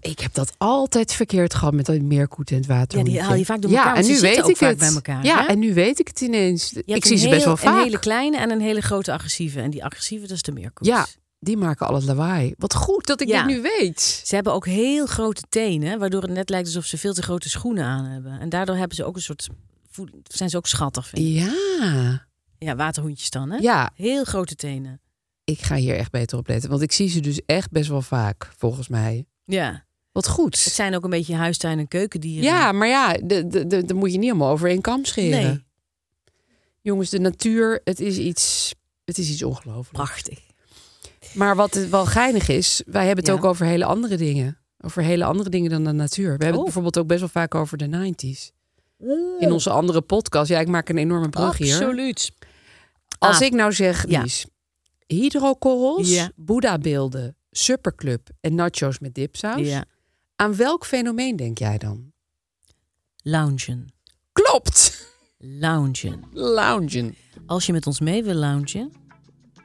S3: Ik heb dat altijd verkeerd gehad met dat meerkoet en het water.
S2: Ja, die haal je vaak door elkaar,
S3: en
S2: want
S3: nu
S2: ze zitten
S3: weet
S2: ook
S3: ik
S2: vaak
S3: het.
S2: bij elkaar,
S3: Ja,
S2: hè?
S3: en nu weet ik het ineens.
S2: Je
S3: Ik
S2: hebt
S3: zie
S2: een
S3: ze best
S2: heel-
S3: wel vaak.
S2: Een hele kleine en een hele grote agressieve. En die agressieve, dat is de meerkoet.
S3: Ja, die maken al het lawaai. Wat goed dat ik
S2: Ja.
S3: dit nu weet.
S2: Ze hebben ook heel grote tenen, waardoor het net lijkt alsof ze veel te grote schoenen aan hebben. En daardoor hebben ze ook een soort, voel- zijn ze ook schattig. Vind ik.
S3: Ja,
S2: Ja, waterhoentjes dan, hè?
S3: ja,
S2: Heel grote tenen.
S3: ik ga hier echt beter op letten. Want ik zie ze dus echt best wel vaak, volgens mij.
S2: Ja.
S3: Wat
S2: Het
S3: goed.
S2: zijn ook een beetje huistuin- en keukendieren.
S3: Ja, maar ja, de- de- de- daar moet je niet allemaal over één kam scheren.
S2: nee.
S3: Jongens, de natuur, het is iets, het is iets ongelooflijk.
S2: Prachtig.
S3: Maar wat het wel geinig is, wij hebben het
S2: Ja.
S3: ook over hele andere dingen. Over hele andere dingen dan de natuur. We hebben
S2: Oh.
S3: het bijvoorbeeld ook best wel vaak over de 90s. In onze andere podcast. Ja, ik maak een enorme brug hier.
S2: Absoluut.
S3: Als
S2: Ah.
S3: ik nou zeg,
S2: Ja.
S3: Lies, hydrokorrels,
S2: Ja.
S3: boeddha-beelden, superclub en nachos met dipsaus.
S2: Ja.
S3: Aan welk fenomeen denk jij dan?
S2: Loungen.
S3: Klopt!
S2: Loungen.
S3: Loungen.
S2: Als je met ons mee wil loungen,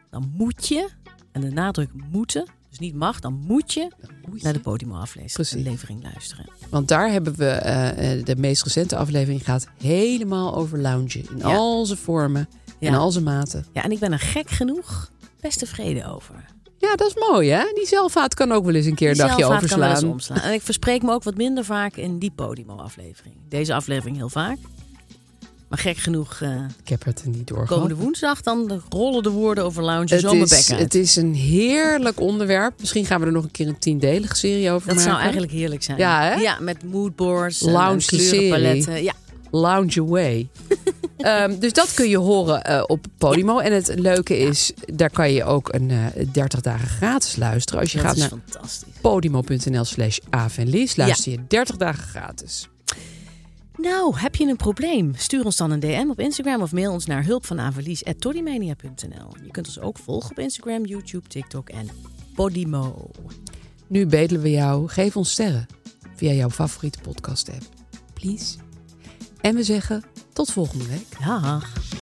S2: dan moet je, en de nadruk moeten, dus niet mag, dan moet je naar de podiumaflevering
S3: Precies.
S2: levering luisteren.
S3: Want daar hebben we eh, eh, de meest recente aflevering gaat helemaal over loungen. In
S2: Ja.
S3: al zijn vormen en
S2: Ja.
S3: al zijn maten.
S2: Ja, en ik ben er gek genoeg best tevreden over.
S3: Ja, dat is mooi hè. Die zelfvaart kan ook wel eens een keer een
S2: Die
S3: dagje
S2: zelfvaart kan wel
S3: overslaan.
S2: eens omslaan. En ik verspreek me ook wat minder vaak in die Podimo-aflevering. Deze aflevering heel vaak. Maar gek genoeg, eh,
S3: Ik heb het er niet door. gehad.
S2: komende woensdag dan rollen de woorden over lounge zo
S3: Het
S2: mijn
S3: is,
S2: bek uit.
S3: het is een heerlijk onderwerp. Misschien gaan we er nog een keer een tiendelige serie over
S2: Dat
S3: maken.
S2: zou eigenlijk heerlijk zijn.
S3: Ja, hè?
S2: Ja, met moodboards,
S3: Lounge
S2: lounge kleurenpaletten.
S3: serie.
S2: Ja,
S3: Lounge away. Ehm, dus dat kun je horen eh, op Podimo. En het leuke is, daar kan je ook een eh 30 dagen gratis luisteren. Als je
S2: dat
S3: gaat
S2: is
S3: naar
S2: fantastisch.
S3: podimo.nl slash avenlies, luister je 30 dagen gratis.
S2: Nou, heb je een probleem? Stuur ons dan een DM op Instagram of mail ons naar hulpvanavalies.toddymania.nl. Je kunt ons ook volgen op Instagram, YouTube, TikTok en Podimo.
S3: Nu bedelen we jou, geef ons sterren via jouw favoriete podcast app. Please. En we zeggen tot volgende week.
S2: Dag.